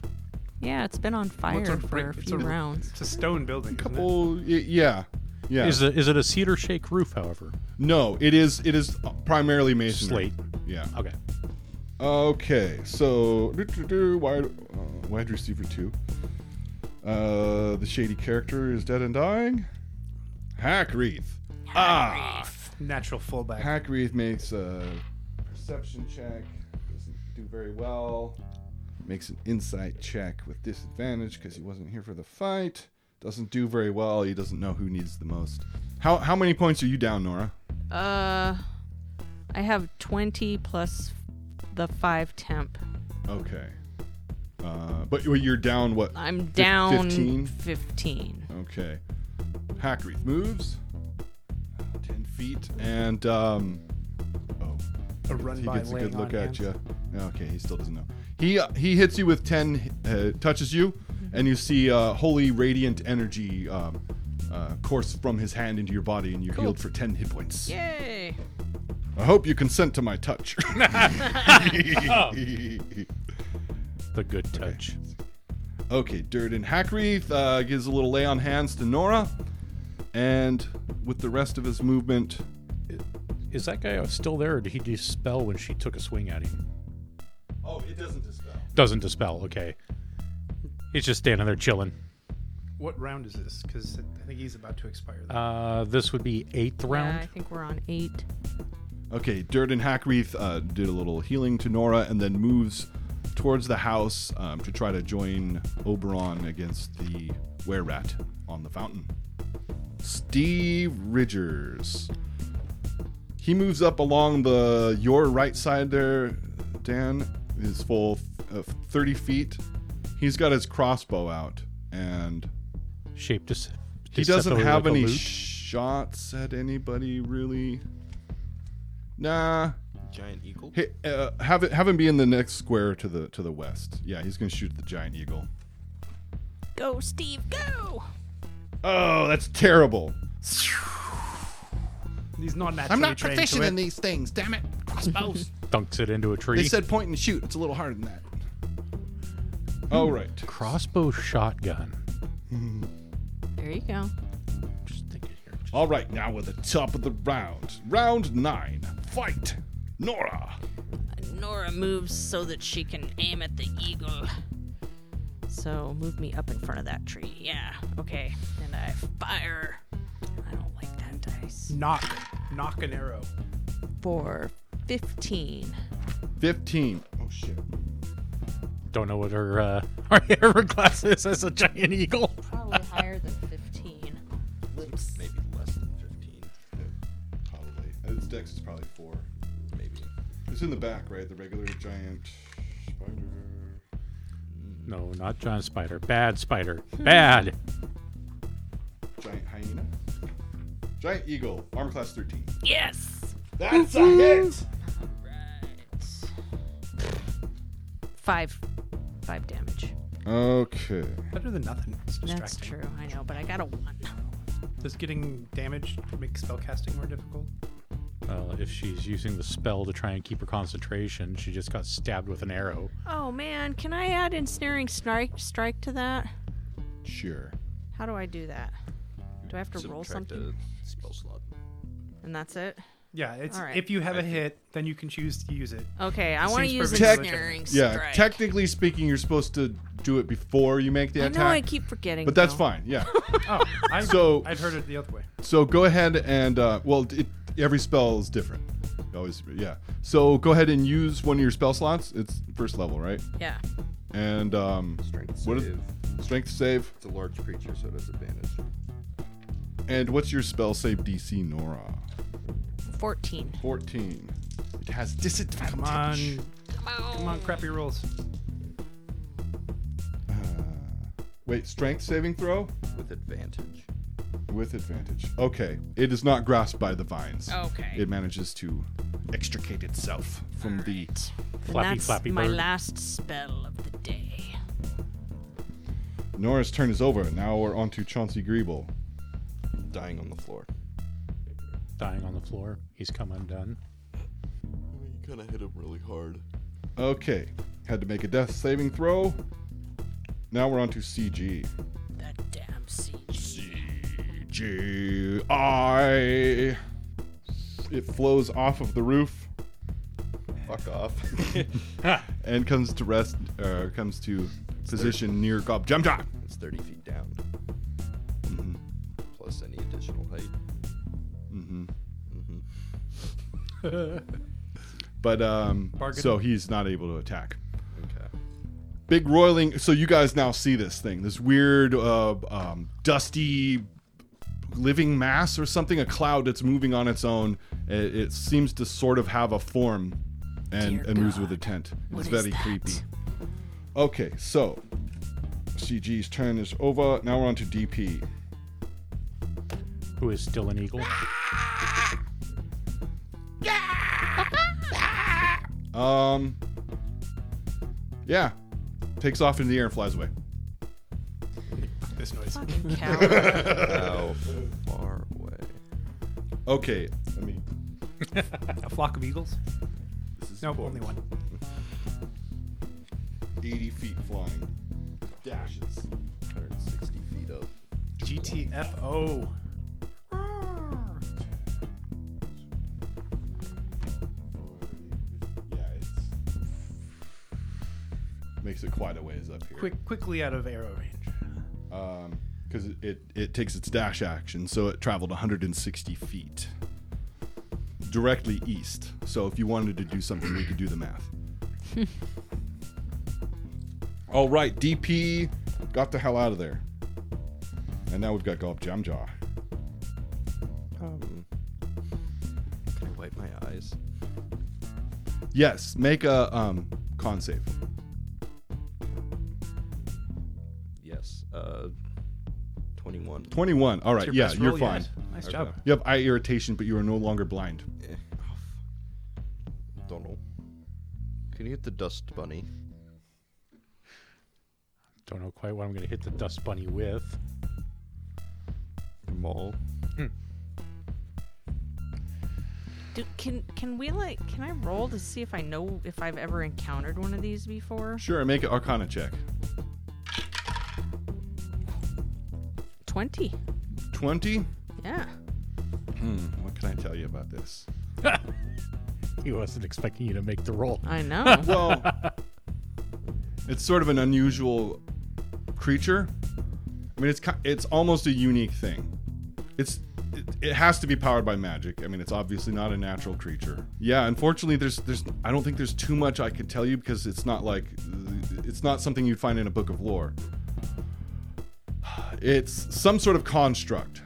C: Yeah, it's been on fire
A: it's on
C: for
A: break-
C: a
A: it's
C: few
A: on-
C: rounds.
A: It's a stone building. isn't it?
D: Well, y- yeah, yeah.
B: is it is it a cedar shake roof? However,
D: no, it is. It is primarily masonry.
B: slate.
D: Yeah.
B: Mm-hmm. Okay.
D: Okay, so doo-doo-doo, wide uh, wide receiver two. Uh, the shady character is dead and dying. Hackreath. Ah,
A: Natural fullback.
D: Hackreath makes a perception check. Doesn't do very well. Makes an insight check with disadvantage because he wasn't here for the fight. Doesn't do very well. He doesn't know who needs the most. How how many points are you down, Nora?
C: Uh, I have 20 plus the 5 temp.
D: Okay. Uh, but you're down what?
C: I'm down
D: 15?
C: 15.
D: Okay. Hackreath moves. uh, 10 feet. And, um. Oh.
A: A run
D: he
A: by
D: gets a
A: laying
D: good look
A: on
D: at
A: hands.
D: you. Okay, he still doesn't know. He uh, he hits you with 10, uh, touches you, and you see uh, holy radiant energy um, uh, course from his hand into your body, and you're healed for 10 hit points.
C: Yay!
D: I hope you consent to my touch.
B: The good touch.
D: Okay, Dirt and Hackreath uh, gives a little lay on hands to Nora, and with the rest of his movement,
B: Is that guy still there, or did he dispel when she took a swing at him?
D: oh, it doesn't dispel.
B: Doesn't dispel. Okay. He's just standing there chilling.
A: What round is this? Because I think he's about to expire.
B: Uh, this would be eighth
C: Yeah, I
B: round.
C: think we're on 8.
D: Okay, Dirt and Hackreath uh, did a little healing to Nora, and then moves towards the house um, to try to join Oberon against the were rat on the fountain. Steve Ridgers. He moves up along the your right side there, Dan. His full uh, 30 feet. He's got his crossbow out, and
B: Shaped as.
D: he doesn't have any shots at anybody really. Nah,
E: Giant eagle.
D: Hey, uh, have it have him be in the next square to the to the west. Yeah, he's gonna shoot the giant eagle.
H: Go, Steve, go!
D: Oh, that's terrible.
A: He's not naturally trained to it.
D: these things. Damn it! Crossbows.
B: Dunks it into a tree.
D: point and shoot. It's a little harder than that. All right.
B: crossbow shotgun.
C: There you go.
B: Just thinking here.
D: All right. Now we're at the top of the round. Round nine. Fight, Nora.
C: Nora moves so that she can aim at the eagle. So move me up in front of that tree. Yeah, okay. And I fire. I don't like that dice.
A: Knock, knock an arrow.
C: For 15.
D: Fifteen. Oh shit.
B: Don't know what her uh, her armor class is as a giant eagle.
C: Probably higher than 15.
E: Maybe less than fifteen.
D: Probably. Uh, Its dex is probably four.
E: Maybe.
D: It's in the back, right? The regular giant spider.
B: No, not John Spider. Bad Spider. Bad.
D: Giant hyena. Giant eagle. Armor class thirteen.
C: Yes!
D: That's a hit.
C: Five. Five damage.
D: Okay.
A: Better than nothing. It's distracting.
C: That's true, I know, but I got a one.
A: Does getting damaged make spellcasting more difficult?
B: Well, Uh, if she's using the spell to try and keep her concentration, she just got stabbed with an arrow.
C: Oh man, can I add ensnaring strike strike to that?
D: Sure.
C: How do I do that? Do I have to roll
E: Subtract
C: something?
E: a spell slot.
C: And that's it?
A: Yeah, it's
C: All right.
A: if you have a
E: I think-
A: hit, then you can choose to use it.
C: Okay, I want to
A: seems
C: use
A: perfectly
C: ensnaring
D: Yeah.
C: strike.
D: Technically speaking, you're supposed to do it before you make the
C: I
D: attack.
C: know I keep forgetting.
D: but that's
C: though.
D: fine. Yeah.
A: Oh, I,
D: So-
A: I'd heard it the other way.
D: so go ahead and uh, well, it, every spell is different. Always, yeah. So go ahead and use one of your spell slots. It's first level, right?
C: Yeah.
D: And um,
E: Strength
D: What is-
E: save.
D: strength save.
E: It's a large creature, so it has advantage.
D: And what's your spell save DC, Nora?
C: 14.
D: Fourteen. It has disadvantage.
A: Come on, come on, crappy rolls.
D: Wait, strength saving throw
E: With advantage.
D: with advantage. Okay, it is not grasped by the vines.
C: Okay.
D: It manages to extricate itself from the
B: Flappy,
C: and that's
B: flappy
C: my
B: bird.
C: last spell of the day.
D: Nora's turn is over. Now we're on to Chauncey Griebel.
E: Dying on the floor.
B: Dying on the floor. He's come undone.
E: You kind of hit him really hard.
D: Okay. Had to make a death saving throw. Now we're on to CG.
C: That damn CG.
D: CGI. It flows off of the roof
E: Fuck off.
D: and comes to rest, uh, comes to position near Gob Jamja.
E: it's 30 feet down. Plus any additional height.
D: Mm-hmm. But um, so he's not able to attack.
E: Okay.
D: big roiling so you guys now see this thing this weird uh, um, dusty living mass or something a cloud that's moving on its own it, it seems to sort of have a form and,
C: Dear
D: and moves with
C: God,
D: intent
C: what
D: it's
C: is
D: very
C: that?
D: creepy okay so cg's turn is over now we're on to dp
B: Who is still an eagle?
D: um yeah takes off into the air and flies away
A: This noise.
C: Fucking coward.
E: How far away?
D: okay let me
A: A flock of eagles?
D: this is
A: Nope,
D: important.
A: only one.
D: 80 feet flying dashes
E: 160 feet up.
A: GTFO.
D: Yeah, it's makes it quite a ways up here.
A: Quick, quickly out of arrow range.
D: um, because it, it it takes its dash action, so it traveled 160 feet directly east. So if you wanted to do something, we could do the math. All right, DP got the hell out of there, and now we've got Gob Jamjaw.
E: Um, Hmm. can I wipe my eyes?
D: Yes, make a um con save.
E: Yes. Uh, 21.
D: 21. All right,
A: Your
D: yeah,
A: best
D: you're
A: roll you
D: fine.
A: had. Nice
E: Okay.
A: job.
D: You have eye irritation, but you are no longer blind.
E: Eh, oh, f- Donald. Can you hit the dust bunny?
B: Don't know quite what I'm going to hit the dust bunny with.
E: Mall.
C: Do, can can we like can I roll to see if I know if I've ever encountered one of these before?
D: Sure, make an arcana check.
C: Twenty.
D: 20?
C: Yeah.
D: Hmm, what can I tell you about this?
B: He wasn't expecting you to make the roll.
C: I know.
D: Well, it's sort of an unusual creature. I mean, it's ki- it's almost a unique thing. It's it, it has to be powered by magic. I mean, it's obviously not a natural creature. Yeah, unfortunately, there's there's I don't think there's too much I could tell you because it's not like it's not something you'd find in a book of lore. It's some sort of construct,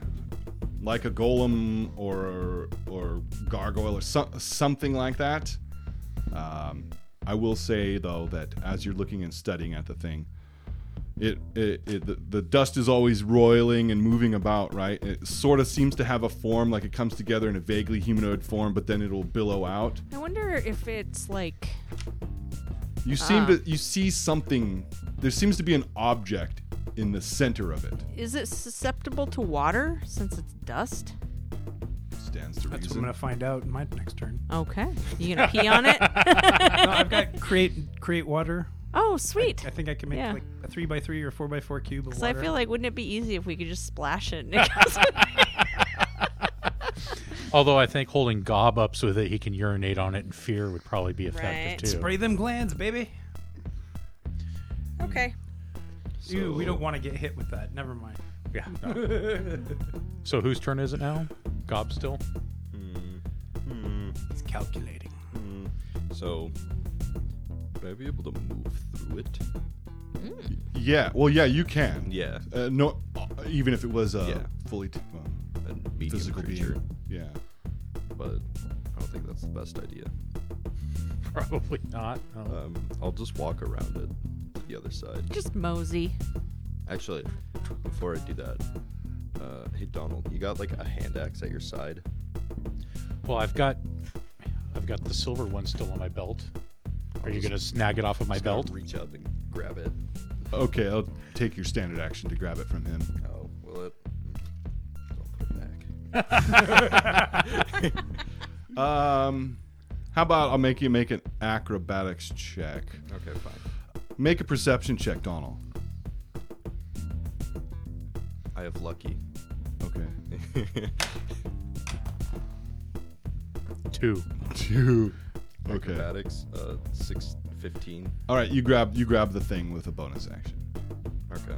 D: like a golem or or gargoyle or so, something like that. Um, I will say though that as you're looking and studying at the thing, it, it, it the, the dust is always roiling and moving about, right? It sort of seems to have a form, like it comes together in a vaguely humanoid form, but then it'll billow out.
C: I wonder if it's like
D: You seem to you see something. There seems to be an object in the center of it.
C: is it susceptible to water since it's dust?
D: Stands to
A: That's what I'm
D: reason.
A: going to find out in my next turn.
C: Okay. You gonna pee on it?
A: no, I've got create create water.
C: Oh, sweet.
A: I think I can make
C: Yeah.
A: like a three by three or four by four cube of
C: Because
A: water.
C: I feel like wouldn't it be easy if we could just splash it? And it goes-
B: Although I think holding Gob up so that he can urinate on it in fear would probably be effective
C: Right.
B: too.
A: spray them glands, baby.
F: Okay.
A: Ew, we
E: So-
A: don't want to get hit with that. Never mind.
B: Yeah. no. so whose turn is it now? Gob still?
E: hmm,
A: It's calculating.
E: So, would I be able to move through it?
D: yeah. Well, yeah, you can.
E: Yeah.
D: Uh, no, uh, even if it was a
E: Yeah.
D: fully t- well,
E: A medium
D: physical
E: creature,
D: being. Yeah.
E: but I don't think that's the best idea.
B: Probably not. No.
E: Um, I'll just walk around it to the other side.
C: just mosey.
E: Actually, before I do that, uh, hey Donald, you got like a hand axe at your side?
B: Well, I've got I've got the silver one still on my belt. Are you gonna snag it off of my
E: Just gonna
B: belt?
E: Reach up and grab it.
D: Okay, I'll take your standard action to grab it from him.
E: Oh, will it? Don't put it back.
D: Um, how about I'll make you make an acrobatics check.
E: Okay, fine.
D: Make a perception check, Donald.
E: I have lucky.
D: Okay.
B: Two.
D: Two. Okay.
E: Acrobatics, uh, six, 15.
D: All right, you grab you grab the thing with a bonus action.
E: Okay.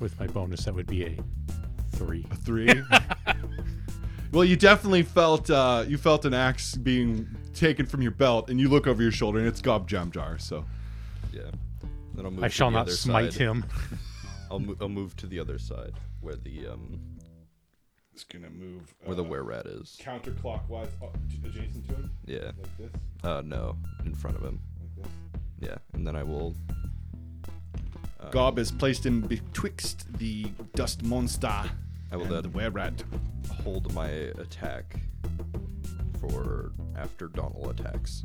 B: With my bonus, that would be a three.
D: A three. well, you definitely felt uh, you felt an axe being taken from your belt, and you look over your shoulder, and it's Gob Jam Jar. So
E: Yeah. Then I'll move
B: I
E: to
B: shall
E: the
B: not
E: other
B: smite
E: side.
B: him.
E: I'll, mo- I'll move to the other side where the um
D: it's gonna move uh,
E: where
B: Uh,
E: the were rat is.
D: counterclockwise oh, adjacent to him,
E: Yeah.
D: like this,
E: Uh, no, in front of him.
D: like this.
E: Yeah, and then I will.
D: Gob has placed him betwixt the dust monster
E: I will
D: and
E: then
D: the were rat.
E: hold my attack for after Donald attacks.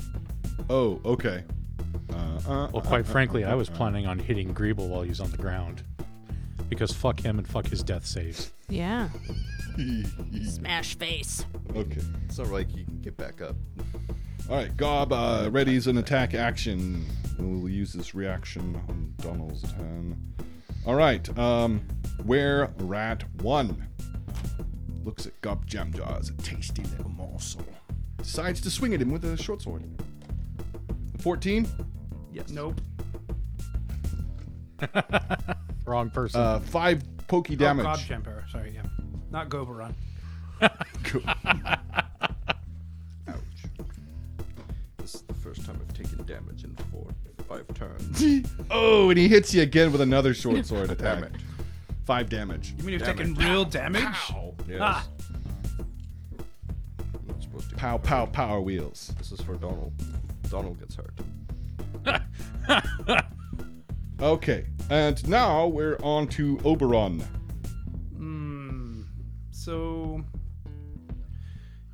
D: Oh, okay. Uh, uh,
B: Well, quite frankly, I was planning on hitting Greeble while he's on the ground. Because fuck him and fuck his death saves.
C: Yeah.
H: Smash face.
D: uh, okay.
E: It's not like you can get back up.
D: All right, Gob uh, readies an attack action. We'll use this reaction on Donald's turn. All right, um, where rat one looks at Gob Jamjar as a tasty little morsel. Decides to swing at him with a short sword. Fourteen,
E: Yes.
A: Nope.
B: Wrong person.
D: uh, five pokey
A: Oh, God
D: damage.
A: Jumper. Sorry, yeah. Not Goberon.
E: Ouch. This is the first time I've taken damage in four, five turns.
D: oh, and he hits you again with another short sword attack.
E: Damn it.
D: Five damage.
A: You mean you've taken real damage?
E: Yes.
A: Ah.
E: I'm not supposed to.
D: Pow, pow, power wheels.
E: This is for Donald. Donald gets hurt.
D: Okay, and now we're on to Oberon.
A: So,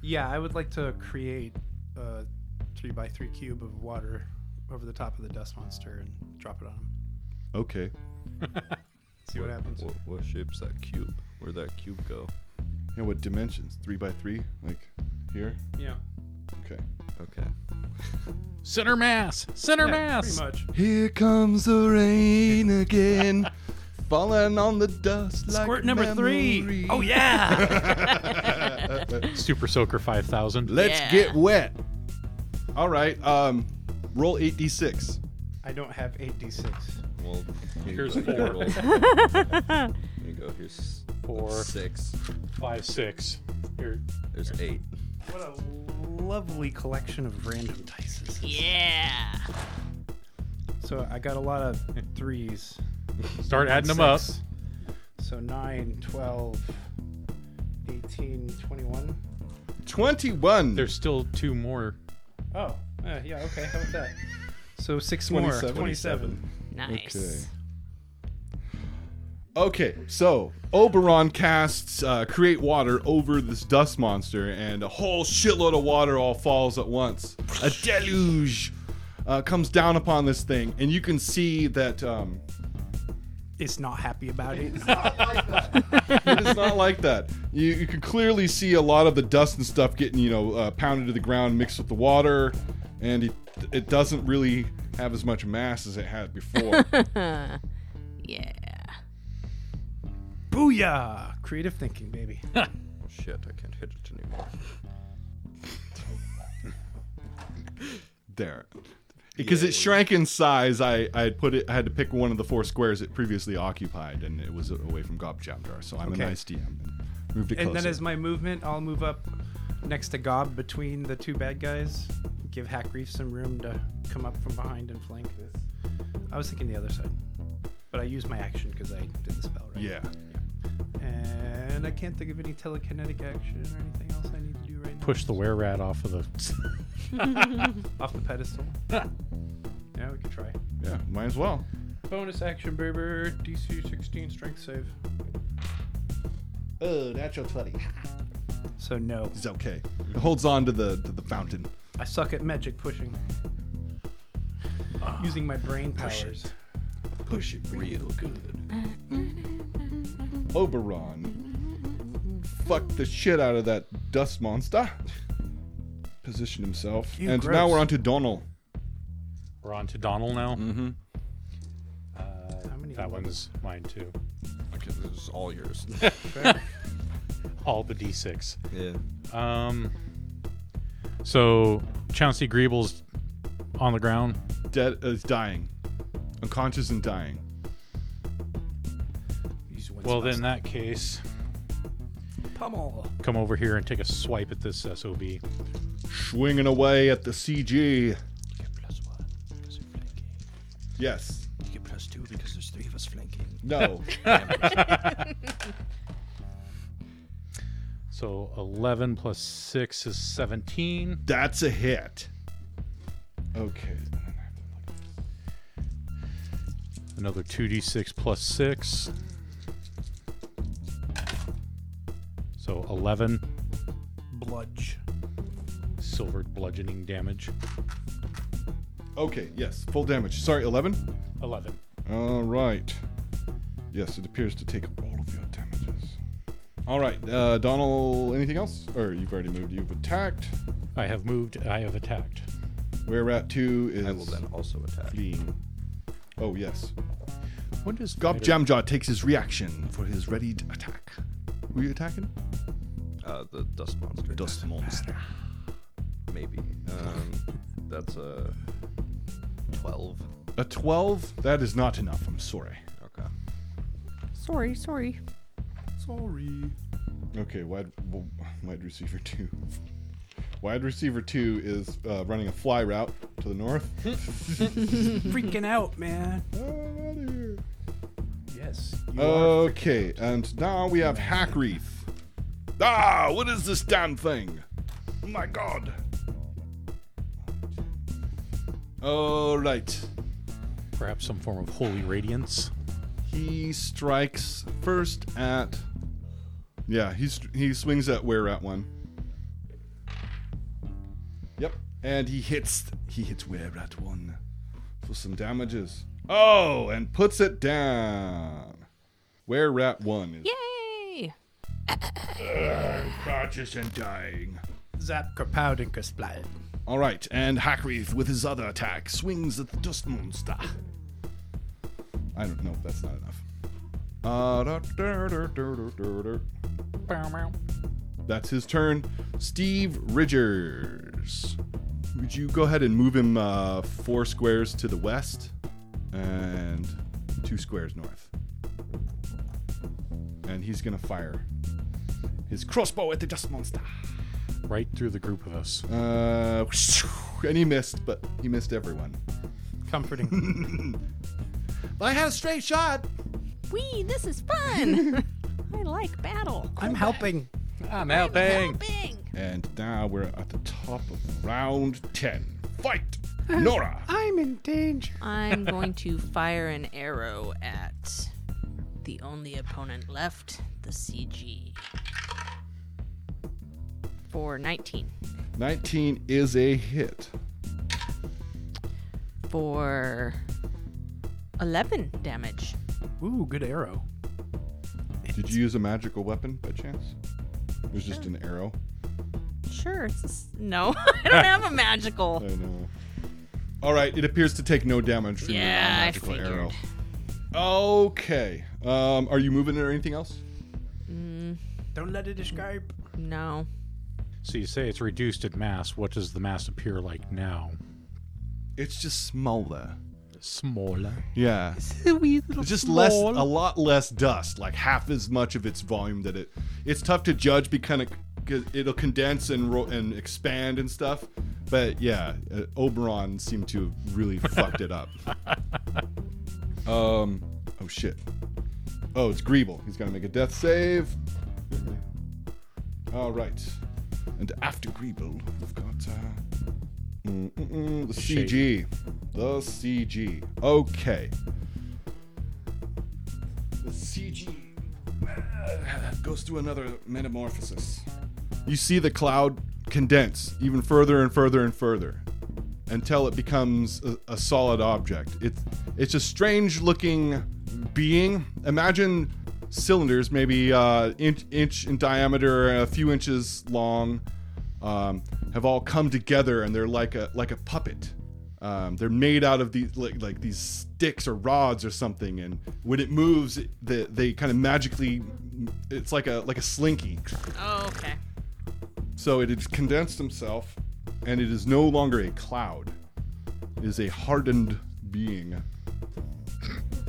A: yeah, I would like to create a three by three cube of water over the top of the dust monster and drop it on him.
D: Okay.
A: See what happens.
E: What, what shape's that cube? Where'd that cube go?
D: Yeah, what dimensions? Three by three? Like here?
A: Yeah,
D: Okay.
E: Okay.
B: Center mass! Center
A: pretty
B: mass!
A: much.
D: Here comes the rain again. Falling on the dust like
A: Squirt number three. Oh yeah.
B: Super Soaker 5000.
D: Let's
C: Yeah.
D: get wet. All right. Um, roll 8d6.
A: I don't have eight d six.
E: Well, here
B: Here's
E: you go.
B: four.
E: Roll. Here you go. Here's
B: Four.
E: six.
B: Five, six. Here.
E: There's eight.
A: What a lovely collection of random dice. this is.
C: Yeah.
A: So I got a lot of threes.
B: Start adding them up.
A: Six. So 9, 12, 18, 21.
D: 21.
B: There's still two more.
A: Oh, uh, yeah, okay. How about that? So six more.
D: 27.
A: 27.
C: Nice.
D: Okay. Okay, so Oberon casts uh, create water over this dust monster, and a whole shitload of water all falls at once. A deluge uh, comes down upon this thing, and you can see that um,
A: It's not happy about it.
D: it's not like that. You, you can clearly see a lot of the dust and stuff getting, you know, uh, pounded to the ground, mixed with the water, and it, it doesn't really have as much mass as it had before.
C: Yeah.
A: Booyah! Creative thinking, baby.
E: Oh shit! I can't hit it anymore.
D: there because it shrank in size i i had put it i had to pick one of the four squares it previously occupied and it was away from gob chapter so i'm
A: Okay.
D: a nice dm and moved it closer
A: And then as my movement, I'll move up next to Gob between the two bad guys. Give Hack Reef some room to come up from behind and flank. I was thinking the other side. But I used my action because I did the spell, right?
D: yeah
A: And I can't think of any telekinetic action or anything else I need to do right now.
B: Push the were rat off of the.
A: Off the pedestal. yeah, we could try.
D: yeah might as well
A: Bonus action, Berber. DC 16 strength save.
D: oh natural 20
A: So, no.
D: it's okay it holds on to the to the fountain
A: I Ah, suck at magic pushing. Using my brain powers.
E: push it real good.
D: Oberon fucked the shit out of that dust monster, positioned himself,
I: You
D: and
I: gross.
D: now we're on to Donald.
B: We're on to Donald now.
D: Mm-hmm.
A: How many
B: That
A: levels?
B: one's mine too.
E: Okay, this is all yours.
B: All the D6.
E: yeah.
B: Um, so Chauncey Greeble's on the ground.
D: Dead is dying, unconscious and dying.
I: He's one
B: Well,
I: slice.
B: then in that case,
I: pummel.
B: come over here and take a swipe at this SOB.
D: Swinging away at the CG.
I: You get plus one because you're flanking.
D: Yes.
I: You get plus two because there's three of us flanking.
D: No.
B: So 11 plus 6 is 17.
D: That's a hit. Okay.
B: Another 2d6 plus 6. So 11
I: Bludge.
B: silver bludgeoning damage.
D: Okay, yes. Full damage. Sorry, 11?
B: 11.
D: All right. Yes, it appears to take all of your damages. All right, uh, Donald, anything else? Or you've already moved. You've attacked.
B: I have moved. I have attacked.
D: Where we're at two is
E: I will then also attack.
D: fleeing. Oh, yes.
B: When does
D: Gop
B: fighter-
D: Jamjaw takes his reaction for his readied attack. Were you attacking?
E: Uh, the dust monster.
D: Dust monster.
E: Maybe. Um, that's a twelve.
D: A 12? That is not enough. I'm sorry.
E: Okay.
C: Sorry, sorry.
A: Sorry.
D: Okay, wide w- wide receiver two. Wide receiver two is uh, running a fly route to the north.
A: Freaking out, man.
D: Ah, outta here.
A: Yes. you are
D: okay, and now we have Hack Wreath. Ah, what is this damn thing? Oh my god. All right.
B: Perhaps some form of holy radiance.
D: He strikes first at. Yeah, he's he swings at where at one. Yep, and he hits he hits where at one for some damages. Oh, and puts it down. Where rat one is
C: Yay!
D: unconscious and dying.
A: Zap kapow and kasplat.
D: All right, and Hackreath with his other attack swings at the dust monster. I don't know. That's not enough. Uh, da- da- da- da- da- da- da. That's his turn. Steve Ridgers. Would you go ahead and move him uh, four squares to the west and two squares north? And he's going to fire his crossbow at the dust monster.
B: Right through the group of us.
D: Uh, and he missed, but he missed everyone.
A: Comforting.
D: I had a straight shot.
C: Wee, this is fun! I like battle.
A: I'm helping.
B: I'm helping.
C: Bang!
D: And now we're at the top of round 10. Fight! Nora!
A: I'm in danger.
C: I'm going to fire an arrow at the only opponent left, the CG. For 19.
D: 19 is a hit.
C: For 11 damage.
A: Ooh, good arrow.
D: Did you use a magical weapon by chance? It was just an arrow.
C: Sure, it's a s- no. I don't have a magical.
D: I know. All right, it appears to take no damage from your
C: Yeah, I
D: magical
C: figured.
D: arrow. Okay. Um, are you moving or anything else?
A: Don't let it escape.
C: No.
B: So you say it's reduced at mass. What does the mass appear like now?
D: It's just smaller.
B: Smaller.
D: Yeah. It's just less, a lot less dust, like half as much of its volume that it. It's tough to judge because it'll condense and ro- and expand and stuff. But yeah, uh, Oberon seemed to have really fucked it up. Um. Oh shit. Oh, it's Greeble. He's gonna make a death save. All right. And after Greeble, we've got uh, mm, mm, mm, the
B: Shade.
D: CG. The CG. Okay. The CG uh, goes through another metamorphosis. You see the cloud condense even further and further and further. until it becomes a, a solid object. It's it's a strange looking being. Imagine cylinders, maybe uh, inch inch in diameter, a few inches long, um, have all come together, and they're like a like a puppet. Um, they're made out of these like, like these sticks or rods or something, and when it moves, it, they, they kind of magically. It's like a like a slinky.
C: Oh, okay.
D: So it has condensed himself, and it is no longer a cloud. It is a hardened being.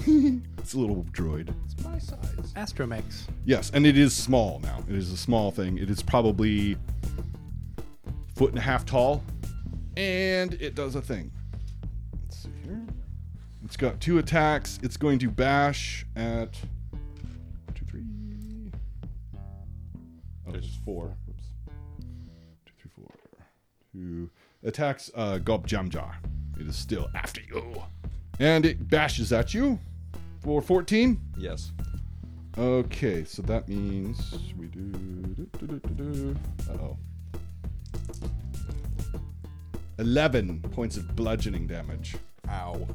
D: it's a little droid.
A: It's my size. Astromex.
D: Yes, and it is small now. It is a small thing. It is probably foot and a half tall, and it does a thing. Let's see here. It's got two attacks. It's going to bash at two, three. Oh, there's four. Oops. Two, three, four. Two attacks. Uh, Gobjamjar. It is still after you, and it bashes at you for 14.
E: Yes.
D: Okay, so that means we do. Uh oh. 11 points of bludgeoning damage. Ow.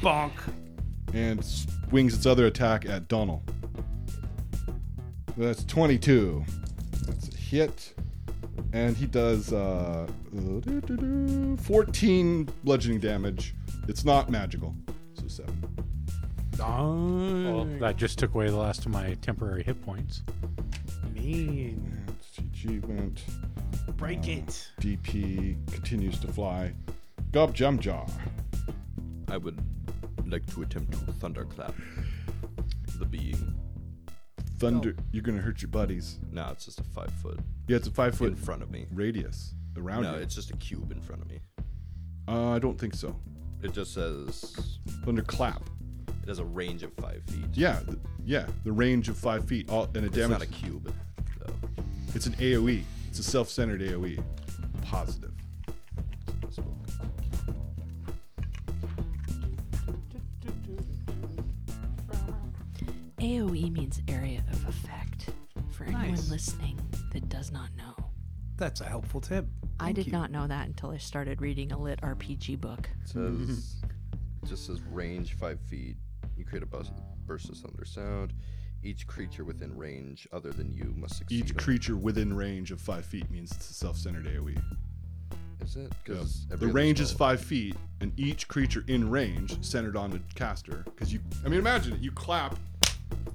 I: Bonk.
D: And swings its other attack at Donald. That's 22. That's a hit. And he does uh, 14 bludgeoning damage. It's not magical, so 7.
A: Oh.
B: Well, that just took away the last of my temporary hit points.
A: Mean.
D: And it's achievement.
A: Break it.
D: DP continues to fly. Gob Jam Jar.
E: I would like to attempt to thunderclap the being. Oh.
D: Thunder. You're going to hurt your buddies.
E: No, it's just a five foot
D: Yeah, it's a five foot
E: in front of me.
D: radius around
E: No,
D: you.
E: it's just a cube in front of me.
D: uh, I don't think so.
E: It just says
D: Thunderclap.
E: it has a range of five feet.
D: Yeah, th- yeah. The range of five feet all, and a
E: It's
D: damage.
E: not a cube, though.
D: It's an AoE. It's a self-centered AoE. Positive.
C: AOE E means area of effect. For anyone
A: Nice.
C: listening that does not know,
A: That's a helpful tip.
C: I did not know that until I started reading a lit RPG book.
E: It says it just says range five feet. You create a bus- burst of thunder sound. Each creature within range other than you must succeed.
D: Each
E: on-
D: creature within range of five feet means it's a E. self-centered AoE.
E: is it?
D: Yeah.
E: 'Cause every
D: The
E: other
D: range is
E: spell-
D: five feet, and each creature in range centered on the caster. Because you, I mean, imagine it. You clap,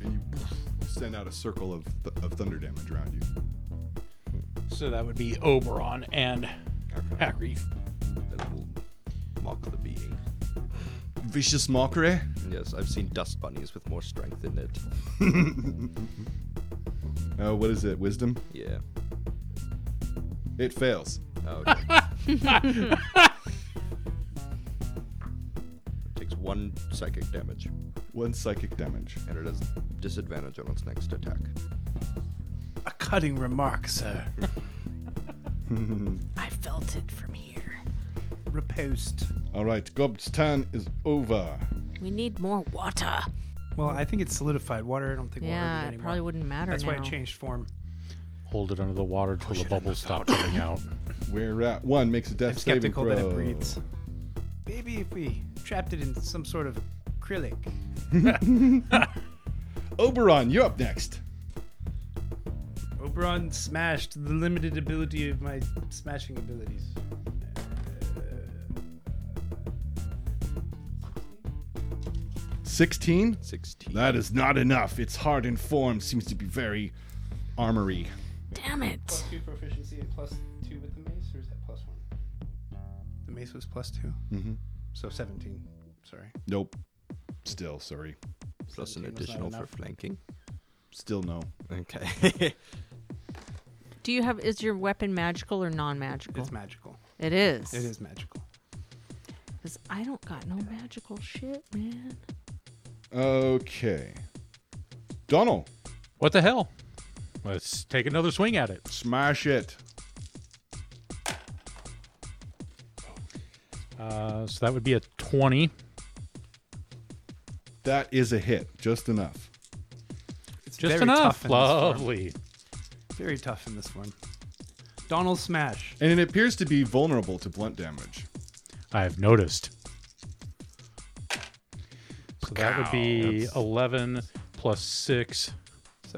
D: and you send out a circle of, th- of thunder damage around you.
B: So that would be Oberon and Hackreef.
E: That will mock the being.
D: Vicious mockery.
E: Yes, I've seen dust bunnies with more strength in it.
D: Uh, what is it? Wisdom.
E: Yeah.
D: It fails.
E: Oh, okay. Takes one psychic damage,
D: One psychic damage.
E: and it has disadvantage on its next attack.
A: A cutting remark, sir.
C: I felt it from here.
A: Repost.
D: All right, Gob's turn is over.
C: We need more water.
A: Well, I think it's solidified. Water, I don't think
C: Yeah,
A: water
C: it
A: would anymore.
C: probably wouldn't matter
A: That's why
C: now.
A: it changed form.
B: Hold it under the water till the bubbles stop coming out.
D: We're at one. Makes a death
A: I'm
D: saving
A: skeptical
D: throw.
A: that it breathes. Maybe if we trapped it in some sort of acrylic.
D: Oberon, you're up next.
A: Oberon smashed the limited ability of my smashing abilities.
D: Sixteen.
E: 16.
D: That is not enough. Its hard and form seems to be very armory.
C: Damn it.
A: two proficiency and plus two with the mace, or is that plus one? The mace was plus two. Mm-hmm. So seventeen. Sorry.
D: Nope. Still, sorry.
E: plus
A: 17 was
E: an
A: not
E: additional for
A: enough.
E: flanking.
D: Still no.
E: Okay.
C: Do you have? Is your weapon magical or non-magical?
A: It's magical.
C: It is.
A: It is magical.
C: 'Cause I don't got no magical shit, man.
D: Okay. Donald,
B: What the hell? Let's take another swing at it.
D: smash it.
B: Uh, so that would be a 20.
D: That is a hit. Just enough.
A: It's
B: Just
A: very
B: enough.
A: Tough in this form.
B: Lovely.
A: Very tough in this form. Donald smash.
D: And it appears to be vulnerable to blunt damage.
B: I have noticed. So that would be 11 plus 6.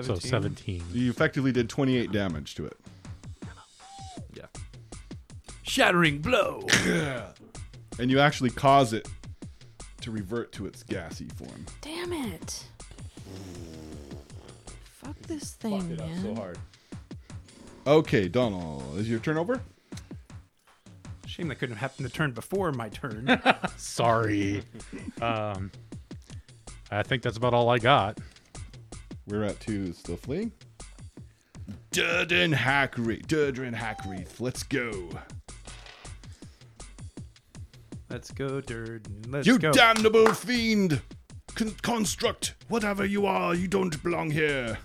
B: So 17.
D: You effectively did 28 damage to it.
E: Yeah.
I: Shattering blow.
D: And you actually cause it to revert to its gassy form.
C: Damn it. Fuck this thing, man.
D: hard. Okay, Donald, is your turn over?
A: Shame that couldn't have happened the turn before my turn.
B: Sorry. um, I think that's about all I got.
D: We're at two, is still fleeing. Durden Hackreath. Durden Hackreath. Let's go.
A: let's go, Durden. Let's
D: you
A: go.
D: damnable fiend! Con- construct, whatever you are, you don't belong here.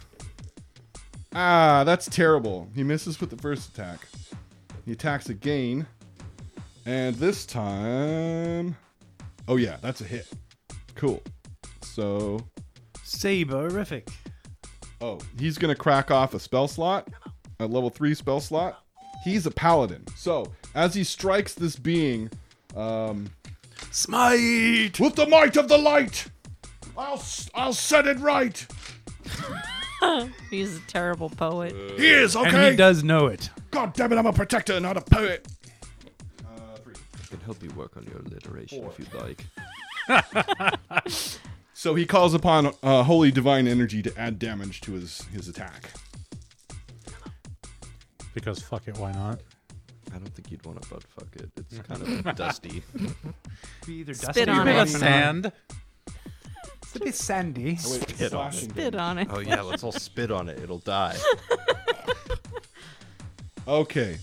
D: Ah, that's terrible. He misses with the first attack. He attacks again. And this time. Oh, yeah, that's a hit. Cool. So.
A: Saberific.
D: Oh, he's going to crack off a spell slot, a level 3 spell slot. He's a paladin. So, as he strikes this being, um,
A: Smite.
D: with the might of the light. I'll s- I'll set it right.
C: He's a terrible poet.
D: He is
A: And he does know it.
D: God damn it! I'm a protector, not a poet.
E: I can help you work on your alliteration if you'd like.
D: So he calls upon uh, holy divine energy to add damage to his his attack.
B: Because fuck it, why not?
E: I don't think you'd want to butt fuck it. It's kind of dusty.
A: Be either
C: Spit on it.
B: Sand.
A: It's a bit sandy.
D: Oh, wait,
E: Spit on
D: slashing
C: Bit
D: damage.
C: on it.
E: Oh yeah, let's all spit on it. It'll die.
D: Okay.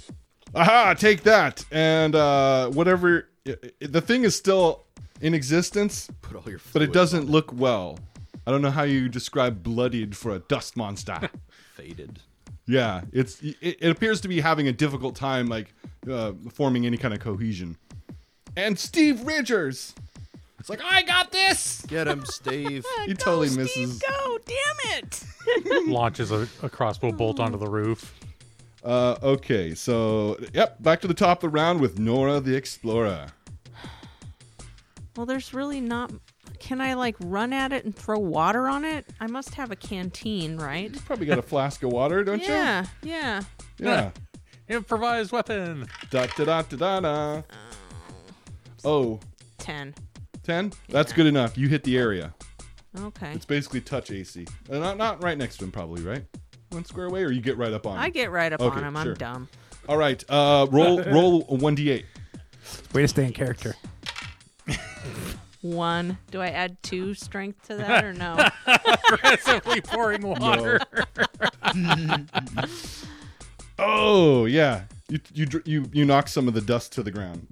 D: Aha! Take that, and uh, whatever. i i the thing is still in existence,
E: Put all your.
D: but it
E: fluids
D: doesn't
E: on
D: look well. I don't know how you describe bloodied for a dust monster.
E: faded.
D: Yeah, it's it, it appears to be having a difficult time like uh, forming any kind of cohesion. And Steve Richards, it's like I got this.
E: Get him, Steve.
D: He totally misses.
C: Go, damn it!
B: Launches a, a crossbow bolt onto the roof.
D: Uh, okay, so yep, back to the top of the round with Nora the Explorer.
C: Well, there's really not. Can I like run at it and throw water on it? I must have a canteen, right?
D: Probably got a flask of water, don't
C: Yeah, yeah.
D: you? Yeah.
B: Improvised weapon.
D: Da da da da da da. Oh,
C: Ten.
D: 10? That's good enough. You hit the area.
C: Okay.
D: It's basically touch AC. Uh, not not right next to him, probably right. One square away, or you get right up on.
C: I
D: him?
C: get right up
D: Okay,
C: on him. I'm
D: sure.
C: dumb.
D: All right, uh, roll roll one d eight.
A: Way to stay in character.
C: One. Do I add two strength to that or no?
B: Aggressively pouring water.
D: Oh yeah, you you dr- you you knock some of the dust to the ground.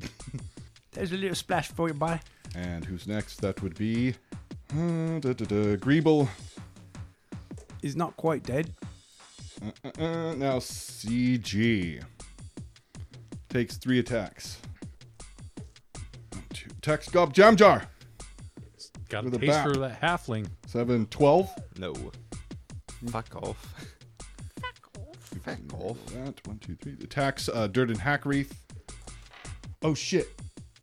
A: There's a little splash for you, boy.
D: And who's next? That would be uh, da, da, da, Greeble.
A: He's not quite dead.
D: Uh, uh, now CG takes three attacks. One, two attacks. Gob Jam Jar.
B: Got
D: With
B: a
D: the
B: taste
D: bat.
B: for that halfling.
D: Seven, twelve.
E: No. Fuck off. Fuck off.
D: That one, two, three. Attacks. Uh, Durden Hackreath. Oh shit!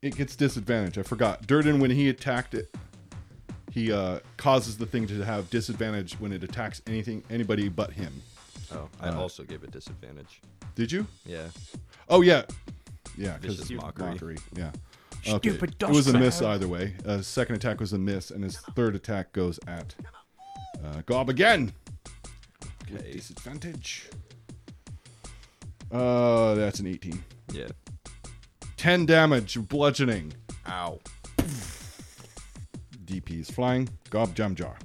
D: It gets disadvantage. I forgot. Durden, when he attacked it, he uh, causes the thing to have disadvantage when it attacks anything, anybody but him.
E: Oh, I
D: Uh.
E: also gave a disadvantage.
D: Did you?
E: Yeah.
D: Oh yeah, yeah. Because
E: Vicious mockery.
D: Yeah.
A: Stupid
D: It was a
A: dust
D: miss
A: cloud.
D: either way. Uh, second attack was a miss, and his third attack goes at uh, Gob again. With
E: Okay.
D: disadvantage. Uh, that's an 18.
E: Yeah.
D: 10 damage, bludgeoning.
E: Ow.
D: DP is flying. Gob jam jar.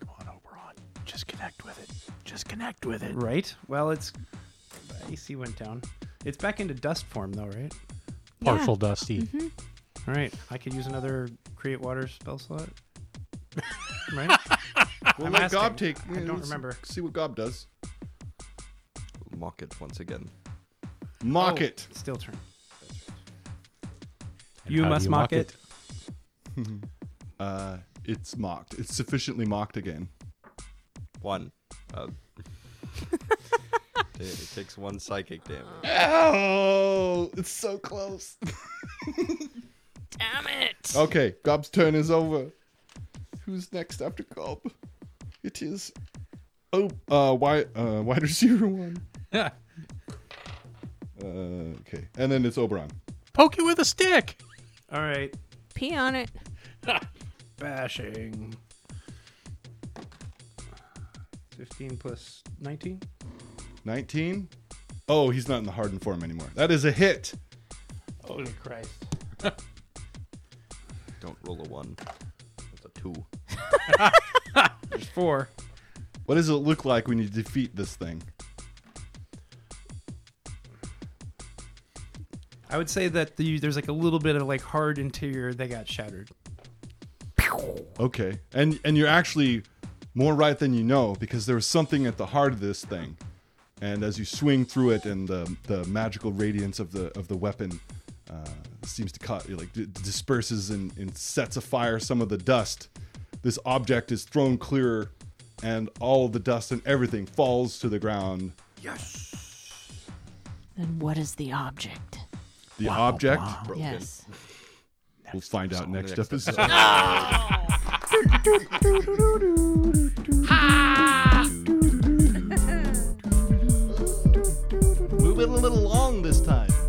I: Come on, Oberon. Just connect with it. Just connect with it.
A: Right? Well, it's. The AC went down. It's back into dust form, though, right?
B: Partial dusty.
A: All right. I could use another create water spell slot. right?
D: We'll
A: Ah, I'm
D: let
A: asking.
D: Gob take.
A: I don't
D: let's
A: remember.
D: See what Gob does.
E: Mock it once again.
D: Mock it.
A: Still turn.
B: And
A: you
B: how do
A: must mock it.
D: Uh, it's mocked. It's sufficiently mocked again.
E: One. Uh, It, it takes one psychic damage.
D: Oh, it's so close.
C: Damn it!
D: Okay, Gob's turn is over. Who's next after Gob? It is oh uh wide uh wide receiver one. Uh, okay, and then it's Oberon.
B: Poke you with a stick.
A: All right,
C: Pee on it.
A: bashing. 15 plus 19.
D: Nineteen. Oh, he's not in the hardened form anymore. That is a hit.
A: Holy Christ.
E: Don't roll a one. It's a two.
A: There's four.
D: What does it look like when you defeat this thing?
A: I would say that the, there's like a little bit of like hard interior that got shattered.
D: Okay, and and you're actually more right than you know because there was something at the heart of this thing, and as you swing through it, and the the magical radiance of the of the weapon uh, seems to cut, it like d- disperses and, and sets afire some of the dust. This object is thrown clear, and all the dust and everything falls to the ground.
C: Then what is the object?
D: The object,
C: Yes.
D: we'll find out next, episode.
H: Move it a little long this time.